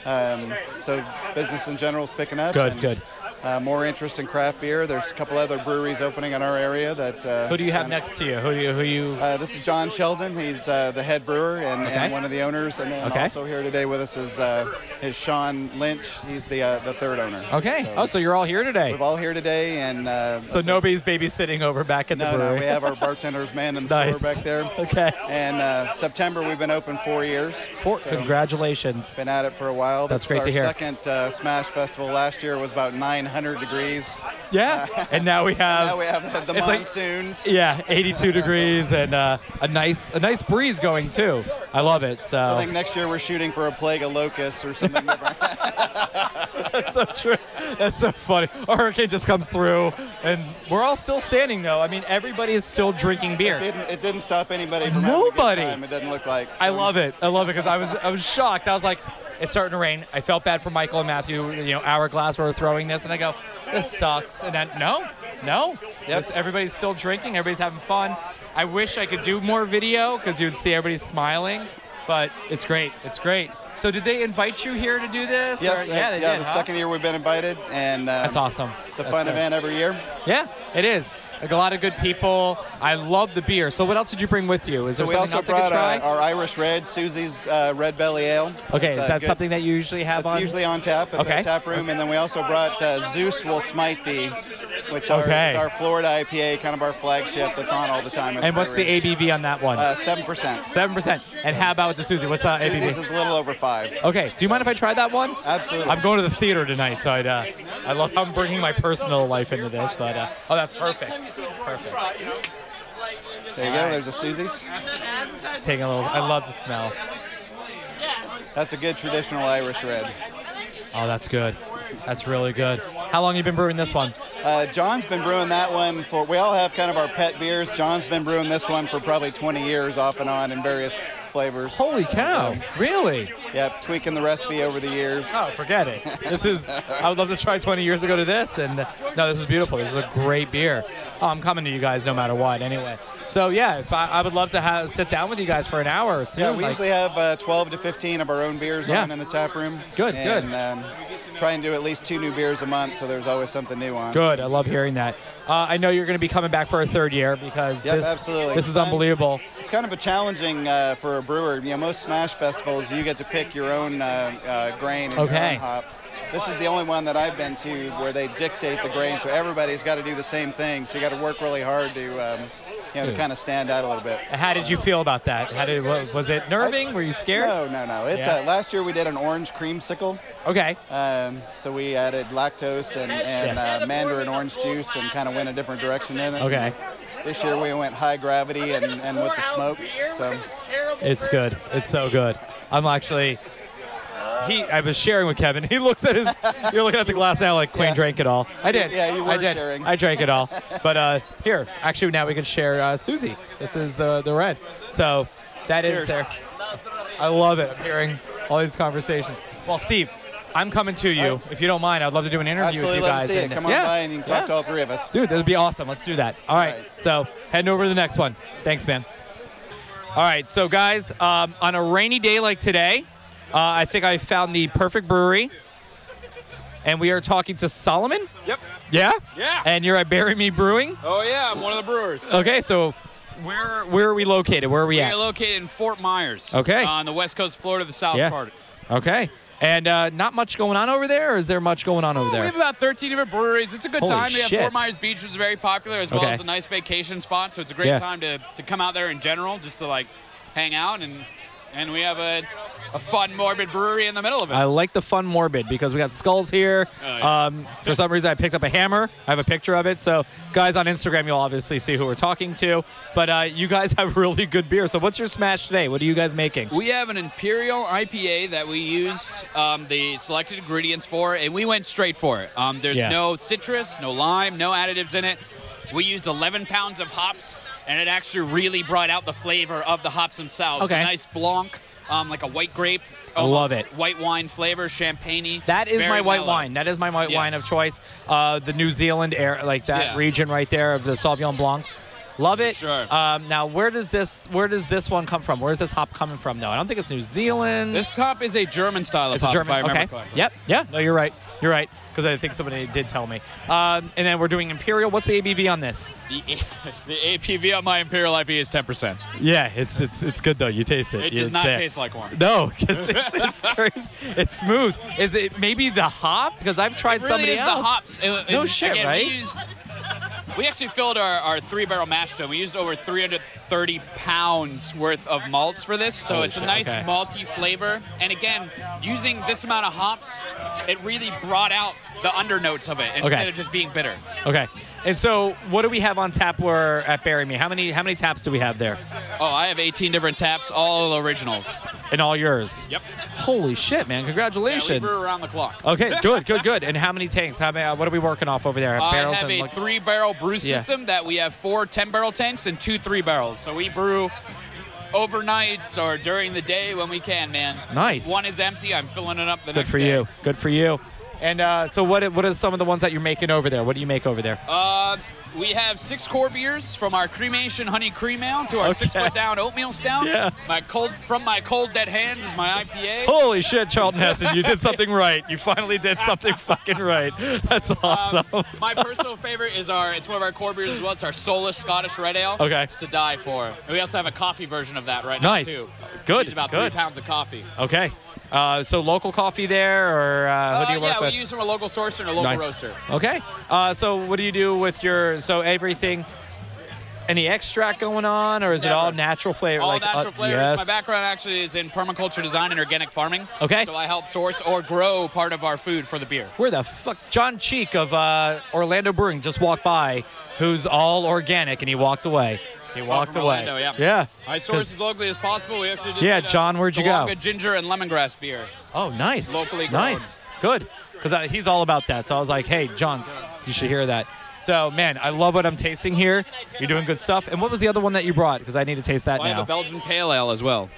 Um, so business in general is picking up. Good, and, good. Uh, more interest in craft beer. There's a couple other breweries opening in our area that. Uh, Who do you have kinda- next to you? Who do you? Who you? Uh, this is John Sheldon. He's uh, the head brewer and, Okay. and one of the owners. And then Okay. also here today with us is uh, is Sean Lynch. He's the uh, the third owner. Okay. oh, so you're all here today. We're all here today, and uh, So nobody's babysitting over back at the no, brewery. no, we have our bartender's man in the Nice. store back there. Okay. And uh, September, we've been open four years. Four. so Congratulations. Been at it for a while. That's This great is to our hear. Second uh, Smash Festival last year was about 900 degrees. Yeah. and now we have. now we have the, the it's like- monsoons. yeah, 82 degrees and uh, a nice a nice breeze going too. I love it. So. So I think next year we're shooting for a plague of locusts or something. That's so true. That's so funny. A hurricane just comes through, and we're all still standing though. I mean, everybody is still drinking It beer. didn't, it didn't stop anybody from Having a Nobody. good time, it doesn't look like. I love it. I love it because I was I was shocked. I was like, it's starting to rain. I felt bad for Michael and Matthew. You know, hourglass were throwing this, and I go, this sucks. And then no, no. This- everybody's still drinking. Everybody's having fun. I wish I could do more video because you would see everybody smiling. But it's great. It's great. So did they invite you here to do this? Yes, Or- yeah, yeah, they yeah did. the huh? second year we've been invited, and um, That's awesome. It's a That's fun great. event every year. Yeah, it is. Like a lot of good people. I love the beer. So what else did you bring with you? Is So there we something also else I could brought try? uh, our Irish Red, Susie's uh, Red Belly Ale. okay, It's, is uh, that good. something that you usually have That's on? usually on tap at Okay. the tap room, and then we also brought uh, Zeus Will Smite Thee, which are, Okay. is our Florida IPA, kind of our flagship that's on all the time. at and what's the brewery. ABV on that one? Uh, seven percent. Seven percent. And how about with the Susie? What's uh, the Susie's is ABV? a little over five. Okay. Do you mind if I try that one? Absolutely. I'm going to the theater tonight, so I'd, uh, I love how I'm bringing my personal life into this. But uh, oh, that's perfect. Perfect. There you go. There's a Susie's. Taking a little. I love the smell. That's a good traditional Irish Red. Oh, that's good. That's really good. How long you been brewing this one? Uh, John's been brewing that one for. We all have kind of our pet beers. John's been brewing this one for probably 20 years, off and on, in various flavors. Holy cow! Really? Yep, tweaking the recipe over the years. Oh, forget it. This is, I would love to try 20 years ago to this. And no, this is beautiful. This is a great beer. Oh, I'm coming to you guys no matter what, anyway. So, yeah, if I, I would love to have, sit down with you guys for an hour or soon. Yeah, we like- usually have uh, 12 to 15 of our own beers Yeah. on in the tap room. Good, good. and, Um, try and do at least two new beers a month, so there's always something new on. Good. I love hearing that. Uh, I know you're going to be coming back for a third year because Yep, this, absolutely. this is I'm- unbelievable. It's kind of a challenging uh, for a brewer. You know, most Smash festivals you get to pick your own uh, uh, grain and your Okay. own hop. This is the only one that I've been to where they dictate the grain, so everybody's got to do the same thing. So you got to work really hard to, um, you know, to Yeah. kind of stand out a little bit. How did you feel about that? How did, was, was it nerving? Were you scared? No, no, no. It's Yeah. uh, last year we did an orange creamsicle. Okay. Um, so we added lactose and, and Yes. uh, mandarin orange juice and kind of went a different direction in it. Okay. This year we went high gravity and, and with the smoke. So It's good. It's so good. I'm actually. He, I was sharing with Kevin. He looks at his. You're looking at the glass now, like Queen drank it all. I did. Yeah, you were I did. sharing. I drank it all. But uh, here, actually, now we can share uh, Susie. This is the the red. So that Cheers. is there. I love it. I'm hearing all these conversations. Well, Steve, I'm coming to you if you don't mind. I'd love to do an interview absolutely with you love guys. to see it. and- Come on yeah, by and you can talk yeah. to all three of us. Dude, that'd be awesome. Let's do that. All right. So heading over to the next one. Thanks, man. All right. So guys, um, on a rainy day like today, uh, I think I found the perfect brewery, and we are talking to Solomon. Yep. Yeah. Yeah. And you're at Bury Me Brewing. Oh yeah, I'm one of the brewers. Okay. So Where where are we located? Where are we we at? are located in Fort Myers. uh, Okay. On the west coast of Florida, the south part. Okay. And uh, not much going on over there, or is there much going on over We there? have about 13 different breweries. It's a good Holy time. We have shit. Fort Myers Beach, which is very popular, as well Okay. as a nice vacation spot. So it's a great Yeah. time to, to come out there in general, just to like hang out and and we have a, a fun, morbid brewery in the middle of it. I like the fun morbid because we got skulls here. Oh, yeah. um, for some reason, I picked up a hammer. I have a picture of it. So, guys on Instagram, you'll obviously see who we're talking to. But uh, you guys have really good beer. So, what's your smash today? What are you guys making? We have an Imperial IPA that we used um, the selected ingredients for, and we went straight for it. Um, there's Yeah. no citrus, no lime, no additives in it. We used 11 pounds of hops, and it actually really brought out the flavor of the hops themselves. Okay. A nice blanc, um, like a white grape. I love almost it. White wine flavor, champagne That is my white wine. That is my white wine of choice. Uh, the New Zealand air, like that Yeah. region right there of the Sauvignon Blancs. Love it. Sure. Um, now, where does this where does this one come from? Where is this hop coming from? Though I don't think it's New Zealand. This hop is a German style of It's hop, German. if I remember okay. correctly. Yep. Yeah. No, you're right. You're right. Because I think somebody did tell me. Um, and then we're doing Imperial. What's the ABV on this? The, the APV on my Imperial IPA is 10%. Yeah, it's it's it's good though. You taste it. It does It's not there. taste like one. No, 'cause it's, it's, crazy. It's smooth. Is it maybe the hop? Because I've tried It really somebody is else. the hops. It- it- no shit, again, right? We, used, we actually filled our, our three barrel mash tun. We used over 330 pounds worth of malts for this, so Holy it's a shit, nice okay. malty flavor. And again, using this amount of hops, it really brought out the undernotes of it instead Okay. of just being bitter. okay. And so, what do we have on tap? We're at Bury Me. How many how many taps do we have there? Oh, I have 18 different taps, all originals. And all yours. Yep. Holy shit, man! Congratulations. Yeah, we brew around the clock. Okay, good, good, good. And how many tanks? How many? uh, What are we working off over there? Have I barrels have and a like- three barrel brew Yeah. system that we have four 10 barrel tanks and two three barrels. So we brew overnights or during the day when we can, man. Nice. One is empty. I'm filling it up the Good next for day. you. Good for you. And uh, so, what what are some of the ones that you're making over there? What do you make over there? Uh, we have six core beers from our cremation honey cream ale to our Okay. six foot down oatmeal stout. Yeah. My cold from my cold dead hands is my IPA. Holy shit, Charlton Heston, you did something right. You finally did something fucking right. That's awesome. My personal favorite is our, it's one of our core beers as well. It's our Solus Scottish Red Ale. Okay. It's to die for. And we also have a coffee version of that right Nice. now, too. Good, Use about good. three pounds of coffee. okay. Uh, so local coffee there, or uh, who do Uh, you work yeah, with? we use from a local source and a local nice. roaster. Okay. Uh, so what do you do with your so everything? Any extract going on, or is it all natural flavor? All like, uh, natural flavors. Yes. My background actually is in permaculture design and organic farming. Okay. So I help source or grow part of our food for the beer. Where the fuck? John Cheek of uh, Orlando Brewing just walked by, who's all organic, and he walked away. He walked from away. Orlando, yeah. Yeah. I 'cause- source as locally as possible. We actually did Yeah, get a John, where'd you go? Belonga ginger and lemongrass beer. Oh, nice. Locally grown. Nice. Good. Because he's all about that. So I was like, hey, John, you should hear that. So, man, I love what I'm tasting here. You're doing good stuff. And what was the other one that you brought? Because I need to taste that Well, I have now. a Belgian pale ale as well.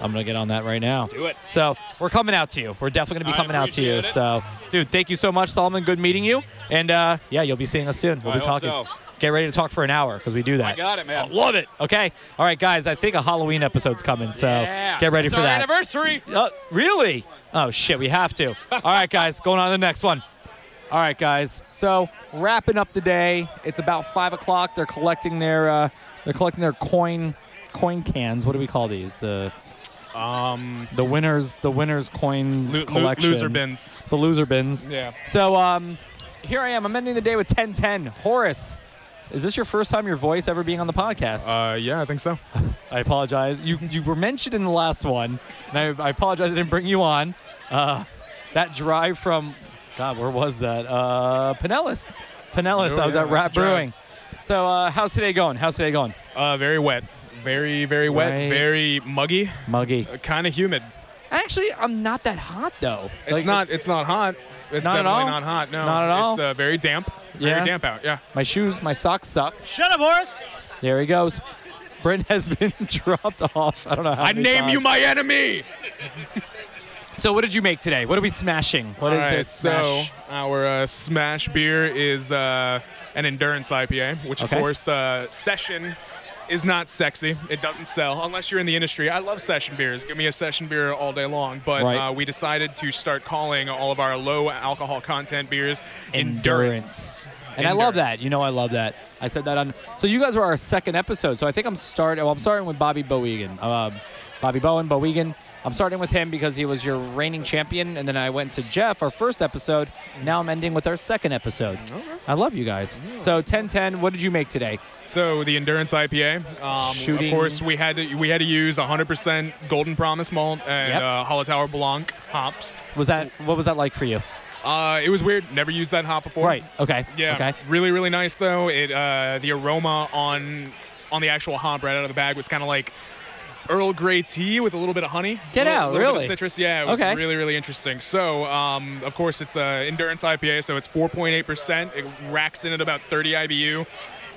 I'm going to get on that right now. Do it. So, we're coming out to you. We're definitely going to be I coming out to you. appreciate it. So, dude, thank you so much, Solomon. Good meeting you. And uh, yeah, you'll be seeing us soon. We'll I be hope talking. so. Get ready to talk for an hour because we do that. I got it, man. love it. Okay. All right, guys, I think a Halloween episode's coming. So, Yeah. get ready It's for our that. anniversary. Oh, really? Oh shit, we have to. All right, guys, going on to the next one. All right, guys. So wrapping up the day. It's about five o'clock. They're collecting their uh, they're collecting their coin coin cans. What do we call these? The Um, the winners the winners coins Lo- lo- collection. loser bins. The loser bins. Yeah. So um, here I am. I'm ending the day with 10-10. Horace, is this your first time your voice ever being on the podcast? Uh, yeah, I think so. I apologize. You you were mentioned in the last one, and I, I apologize I didn't bring you on. Uh, that drive from, God, where was that? Uh, Pinellas. Pinellas. Oh, I was yeah, that's at Rap a drive. Brewing. So uh, how's today going? How's today going? Uh, very wet. Very, very wet. Right. Very muggy. Muggy. kind of humid. Actually, I'm not that hot though. It's Oh. Like, not. It's, not hot. It's Not at definitely all? not hot. No. Not at all? It's uh, very damp. Very Yeah? damp out. Yeah. My shoes, my socks suck. Shut up, Horace. There he goes. Brent has been dropped off. I don't know how. I many name times. you my enemy. So what did you make today? What are we smashing? What is All right, this? So smash? our uh, smash beer is uh, an endurance IPA, which Okay. of course uh, session is not sexy. It doesn't sell unless you're in the industry. I love session beers. Give me a session beer all day long. But Right. uh, we decided to start calling all of our low alcohol content beers endurance. endurance. And I love that. You know, I love that. I said that on. So you guys were oh, our second episode. So I think I'm starting. Well, I'm starting with Bobby Bowegan. Uh, Bobby Bowen, Bowegan. I'm starting with him because he was your reigning champion, and then I went to Jeff, our first episode. Now I'm ending with our second episode. I love you guys. So 1010, what did you make today? So the endurance IPA. Um, Shooting. Of course, we had to we had to use 100% Golden Promise malt and Yep. uh, Hollow Tower Blanc hops. Was that what was that like for you? Uh, it was weird. Never used that hop before. Right. Okay. Yeah. Okay. Really, really nice though. It uh, the aroma on on the actual hop right out of the bag was kind of like Earl Grey tea with a little bit of honey. Get Little- out, little bit of really? citrus. Yeah. It was Okay. really, really interesting. So, um, of course, it's a endurance IPA, so it's 4.8 percent. It racks in at about 30 IBU.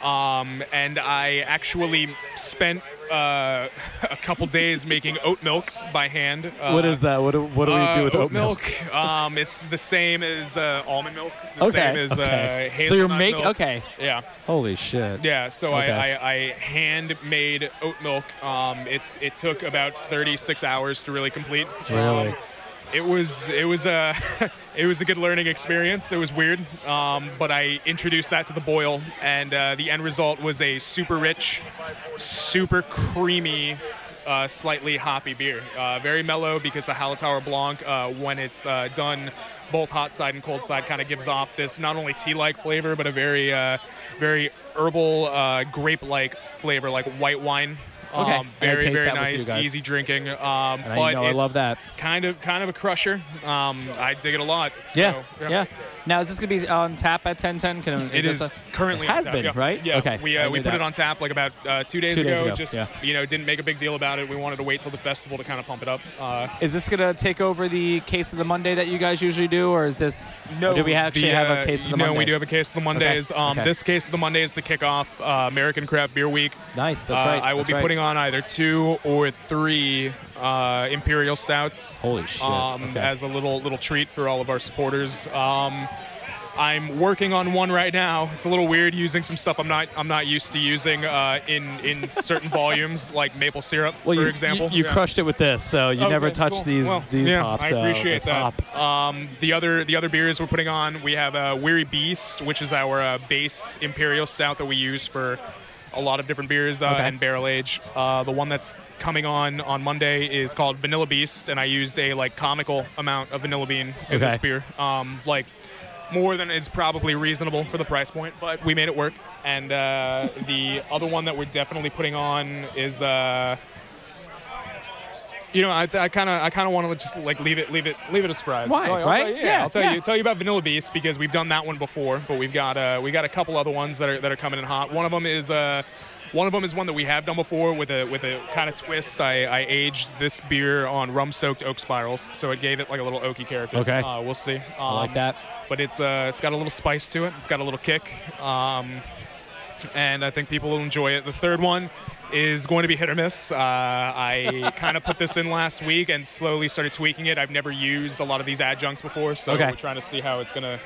Um, and I actually spent uh, a couple days making oat milk by hand. Uh, what is that? What do, what do we uh, do with oat milk? um, it's the same as uh, almond milk. The Okay, Same as okay. uh, hazelnut So you're make- milk. okay. Yeah. Holy shit. Yeah, so Okay. I, I, I handmade oat milk. Um, it, it took about 36 hours to really complete. Really? Um, it was it was a it was a good learning experience. It was weird, um, but I introduced that to the boil, and uh, the end result was a super rich, super creamy, uh, slightly hoppy beer. Uh, very mellow because the Hallertauer Blanc, uh, when it's uh, done, both hot side and cold side, kind of gives off this not only tea-like flavor, but a very uh, very herbal uh, grape-like flavor, like white wine. Okay. Um, And I very taste very that with you nice, guys. easy drinking. Um, And I but know I it's love that. Kind of, kind of a crusher. Um, I dig it a lot. So, yeah. yeah. Now is this gonna be on tap at 1010? Can It this is a- currently It has on tap, been yeah. right. Yeah, Okay. We I uh, we knew put that. it on tap like about uh, two days Two ago. days ago, Just yeah. you know, didn't make a big deal about it. We wanted to wait till the festival to kind of pump it up. Uh, Is this gonna take over the case of the Monday that you guys usually do, or is this? or do we actually the, have uh, a case of the no, Monday? we do have a case of the Mondays. Okay, Um, okay. This case of the Mondays to kick off uh, American Craft Beer Week. Nice, that's Uh, right, I will that's be right. putting on either two or three uh, imperial stouts. Holy shit, Um, okay. As a little little treat for all of our supporters. Um, I'm working on one right now. It's a little weird using some stuff I'm not I'm not used to using uh, in in certain volumes, like maple syrup, Well, for you, example. you, you Yeah. crushed it with this, so you Okay, never touch cool. these Well, these yeah, hops. I appreciate uh, this hop. that. Um, the other the other beers we're putting on, we have uh, Weary Beast, which is our uh, base imperial stout that we use for a lot of different beers uh, Okay. and barrel age. Uh, the one that's coming on on Monday is called Vanilla Beast, and I used a like comical amount of vanilla bean in this Okay. beer, um, like more than is probably reasonable for the price point, but we made it work. And uh, the other one that we're definitely putting on is. Uh, you know, I kind of, I kind of want to just like leave it, leave it, leave it a surprise. Why, I'll- I'll right? tell you- yeah, Yeah, I'll tell yeah. you, tell you about Vanilla Beast because we've done that one before, but we've got, uh, we got a couple other ones that are that are coming in hot. One of them is, uh, one of them is one that we have done before with a with a kind of twist. I, I aged this beer on rum soaked oak spirals, so it gave it like a little oaky character. Okay. uh, we'll see. Um, I like that. But it's, uh, it's got a little spice to it. It's got a little kick. Um, and I think people will enjoy it. The third one is going to be hit or miss. Uh, I kind of put this in last week and slowly started tweaking it. I've never used a lot of these adjuncts before, so Okay. we're trying to see how it's gonna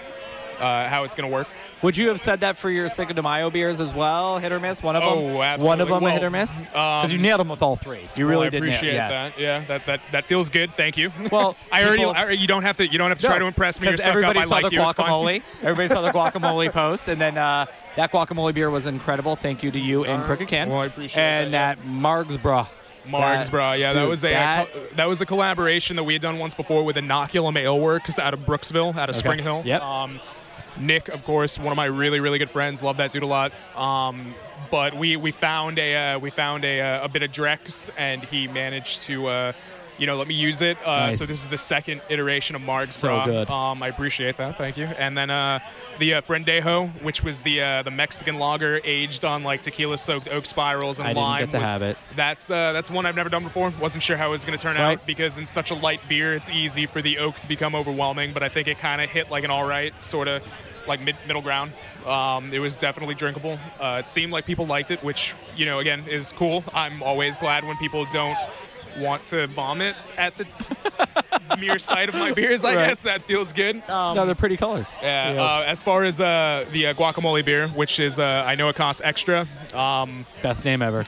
uh, how it's gonna work. Would you have said that for your Cinco de Mayo beers as well? Hit or miss? One of them. Oh, One of absolutely. them a hit Well, or miss? Because you um, nailed them with all three. You Well, really Oh, I did. nail- appreciate yeah. that. Yeah, that, that that feels good. Thank you. Well, I already, people- I already- you don't have to you don't have to try No, to impress me. You're 'cause stuck up. everybody I saw like the you. It's fine. guacamole. Everybody saw the guacamole post, and then uh, that guacamole beer was incredible. Thank you to you and Crooked Can. Well, I appreciate and that, Margsbra. Margs, That- bro. Yeah, that dude, was a that- that, was a collaboration that we had done once before with Inoculum Aleworks out of Brooksville, out of Okay. Spring Hill. Yep. Um, Nick, of course, one of my really really good friends. Love that dude a lot. Um, but we we found a uh, we found a, uh, a bit of Drex, and he managed to. Uh, you know, let me use it. Uh, Nice. So this is the second iteration of Margs So Bra. good. Um, I appreciate that. Thank you. And then uh, the uh, Frendejo, which was the uh, the Mexican lager aged on like tequila-soaked oak spirals and I didn't lime. get to was- have it. that's uh, that's one I've never done before. Wasn't sure how it was going to turn Right. out because in such a light beer, it's easy for the oak to become overwhelming. But I think it kind of hit like an all right sort of like mid middle ground. Um, it was definitely drinkable. Uh, it seemed like people liked it, which you know again is cool. I'm always glad when people don't want to vomit at the mere sight of my beers. I Right. guess that feels good. Um, no, they're pretty colors. yeah. Uh, as far as uh, the uh, guacamole beer, which is uh, I know it costs extra. Um, Best name ever.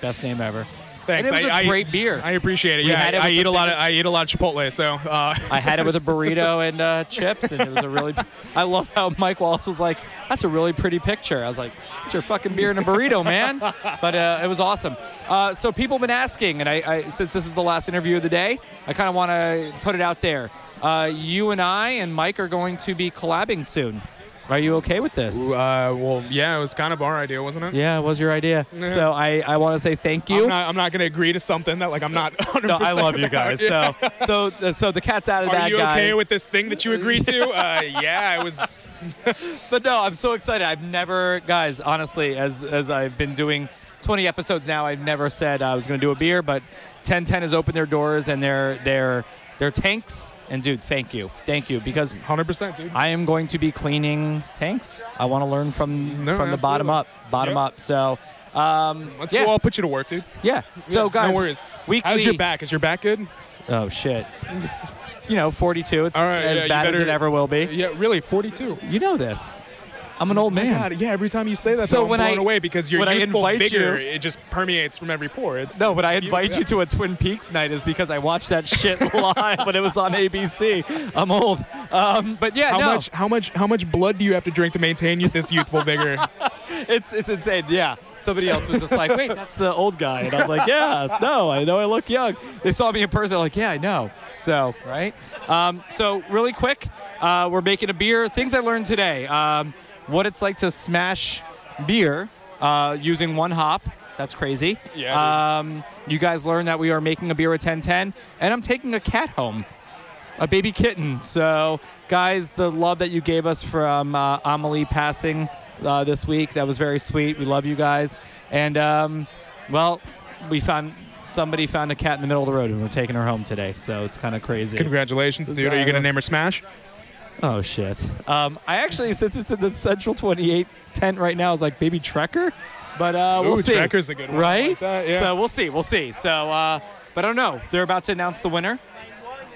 Best name ever. Thanks. And it was I- a I- great beer. I appreciate it. We yeah, had it I with eat the a lot of biggest- I eat a lot of Chipotle, so uh, I had it with a burrito and uh, chips, and it was a really. I love how Mike Wallace was like, "That's a really pretty picture." I was like, "It's your fucking beer and a burrito, man." But uh, it was awesome. Uh, so people have been asking, and I, I since this is the last interview of the day, I kind of want to put it out there. Uh, you and I and Mike are going to be collabing soon. Are you okay with this? Ooh, uh, well, yeah, it was kind of our idea, wasn't it? yeah, it was your idea. So I, I want to say thank you. I'm not, I'm not going to agree to something that like I'm not 100% no, I love you about. guys. Yeah. So, so, so the cat's out of the Are bag, you okay guys. with this thing that you agreed to? Uh, yeah, I was. but no, I'm so excited. I've never, guys, honestly, as as I've been doing 20 episodes now, I've never said I was going to do a beer, but 1010 has opened their doors and their their their tanks. And dude, thank you, thank you, because 100%, dude. I am going to be cleaning tanks. I want to learn from No, from the bottom absolutely. up, bottom Yeah. up. So. Um, Let's yeah. go. I'll put you to work, dude. Yeah. So, Yeah, guys, no worries. weekly- How's your back? Is your back good? Oh shit. You know, 42. It's All right, as yeah, you bad as it better- ever will be. Yeah, really, 42. You know this. I'm an old My man. God, yeah. Every time you say that, So so though, when I'm blown I- away because your when I youthful invite vigor, you- it just permeates from every pore. It's No, but it's I invite beautiful. you to a Twin Peaks night is because I watched that shit live when it was on ABC. I'm old. Um, but yeah, how no, much how much how much blood do you have to drink to maintain you this youthful vigor? it's it's insane. Yeah, somebody else was just like, wait, that's the old guy, and I was like, yeah, no, I know I look young. They saw me in person, they're like, yeah, I know. So right. Um, so really quick, uh, we're making a beer. Things I learned today: um, what it's like to smash beer uh, using one hop. That's crazy. Yeah, Um, you guys learned that we are making a beer with 1010, and I'm taking a cat home a baby kitten. So, guys, the love that you gave us from uh, Amelie passing uh, this week, that was very sweet. We love you guys. And, um, well, we found somebody found a cat in the middle of the road and we're taking her home today. So, it's kind of crazy. Congratulations, dude. Are you gonna name her Smash? Oh, shit. Um, I actually, since it's in the Central 28 tent right now, I was like, baby Trekker? But uh, we'll Ooh, see. Trekker's a good one. I Right? like that, yeah. So, we'll see. We'll see. So, uh, but I don't know. They're about to announce the winner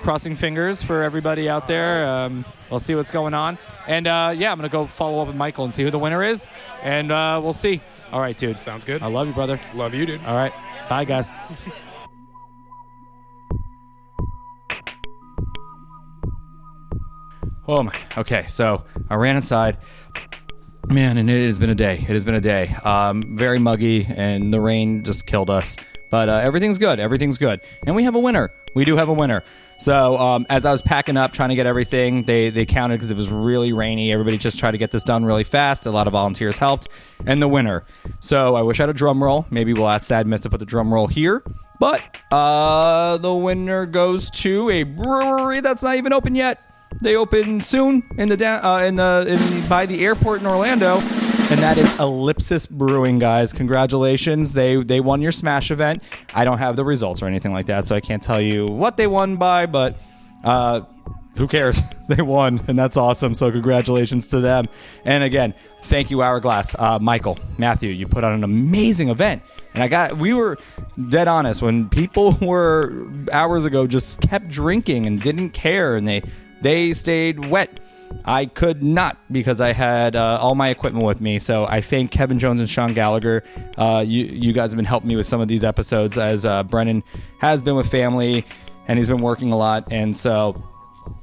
crossing fingers for everybody out there. Um, we'll see what's going on. And uh, yeah, I'm going to go follow up with Michael and see who the winner is. And uh, we'll see. All right, dude. Sounds good. I love you, brother. Love you, dude. All right. Bye, guys. oh, my. Okay. So I ran inside. Man, and it has been a day. It has been a day. Um, very muggy, and the rain just killed us. But uh, everything's good. Everything's good, and we have a winner. We do have a winner. So um, as I was packing up, trying to get everything, they they counted because it was really rainy. Everybody just tried to get this done really fast. A lot of volunteers helped, and the winner. So I wish I had a drum roll. Maybe we'll ask Sad Myth to put the drum roll here. But uh, the winner goes to a brewery that's not even open yet. They open soon in the down uh, in the in, by the airport in Orlando, and that is Ellipsis Brewing, guys. Congratulations, they they won your Smash event. I don't have the results or anything like that, so I can't tell you what they won by, but uh, who cares? they won, and that's awesome. So congratulations to them. And again, thank you, Hourglass, uh, Michael, Matthew. You put on an amazing event, and I got we were dead honest when people were hours ago just kept drinking and didn't care, and they they stayed wet. I could not because I had uh, all my equipment with me. So I thank Kevin Jones and Sean Gallagher. Uh, you you guys have been helping me with some of these episodes as uh, Brennan has been with family and he's been working a lot. And so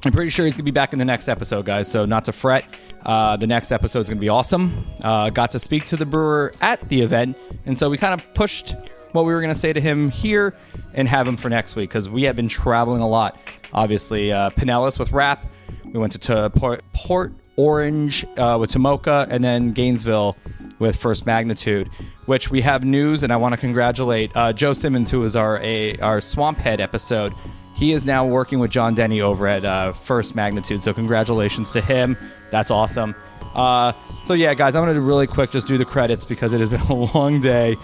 I'm pretty sure he's gonna be back in the next episode, guys. So not to fret. Uh, the next episode is gonna be awesome. Uh, got to speak to the brewer at the event, and so we kind of pushed what we were gonna say to him here and have him for next week because we have been traveling a lot. Obviously, uh, Pinellas with Rap. We went to, to Port, Port Orange uh, with Tomoka, and then Gainesville with First Magnitude, which we have news, and I want to congratulate uh, Joe Simmons, who was our a, our Swamp Head episode. He is now working with John Denny over at uh, First Magnitude, so congratulations to him. That's awesome. Uh, so yeah, guys, I'm gonna really quick just do the credits because it has been a long day,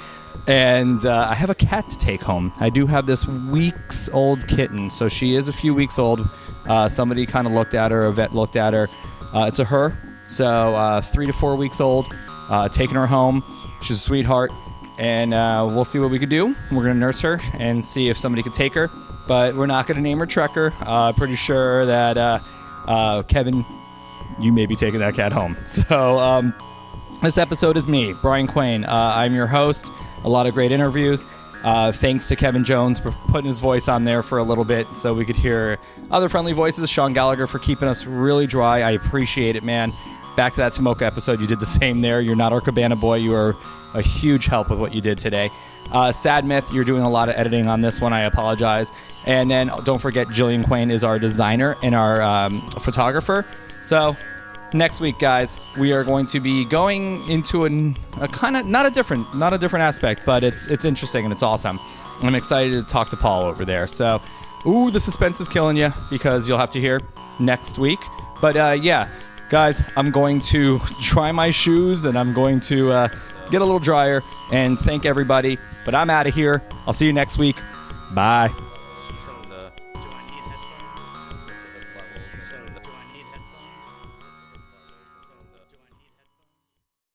and uh, I have a cat to take home. I do have this weeks old kitten, so she is a few weeks old. Uh, somebody kind of looked at her, a vet looked at her. Uh, it's a her, so uh, three to four weeks old. Uh, taking her home, she's a sweetheart, and uh, we'll see what we could do. We're gonna nurse her and see if somebody could take her, but we're not gonna name her Trekker. Uh, pretty sure that uh, uh, Kevin you may be taking that cat home. So, um, this episode is me, Brian Quain. Uh, I'm your host. A lot of great interviews. Uh, thanks to Kevin Jones for putting his voice on there for a little bit so we could hear other friendly voices. Sean Gallagher for keeping us really dry. I appreciate it, man. Back to that Samoka episode. You did the same there. You're not our cabana boy. You are a huge help with what you did today. Uh, Sad Myth, you're doing a lot of editing on this one. I apologize. And then don't forget, Jillian Quain is our designer and our um, photographer. So next week, guys, we are going to be going into an, a kind of not a different, not a different aspect, but it's it's interesting and it's awesome. I'm excited to talk to Paul over there. So, ooh, the suspense is killing you because you'll have to hear next week. But uh, yeah, guys, I'm going to dry my shoes and I'm going to uh, get a little drier and thank everybody. But I'm out of here. I'll see you next week. Bye.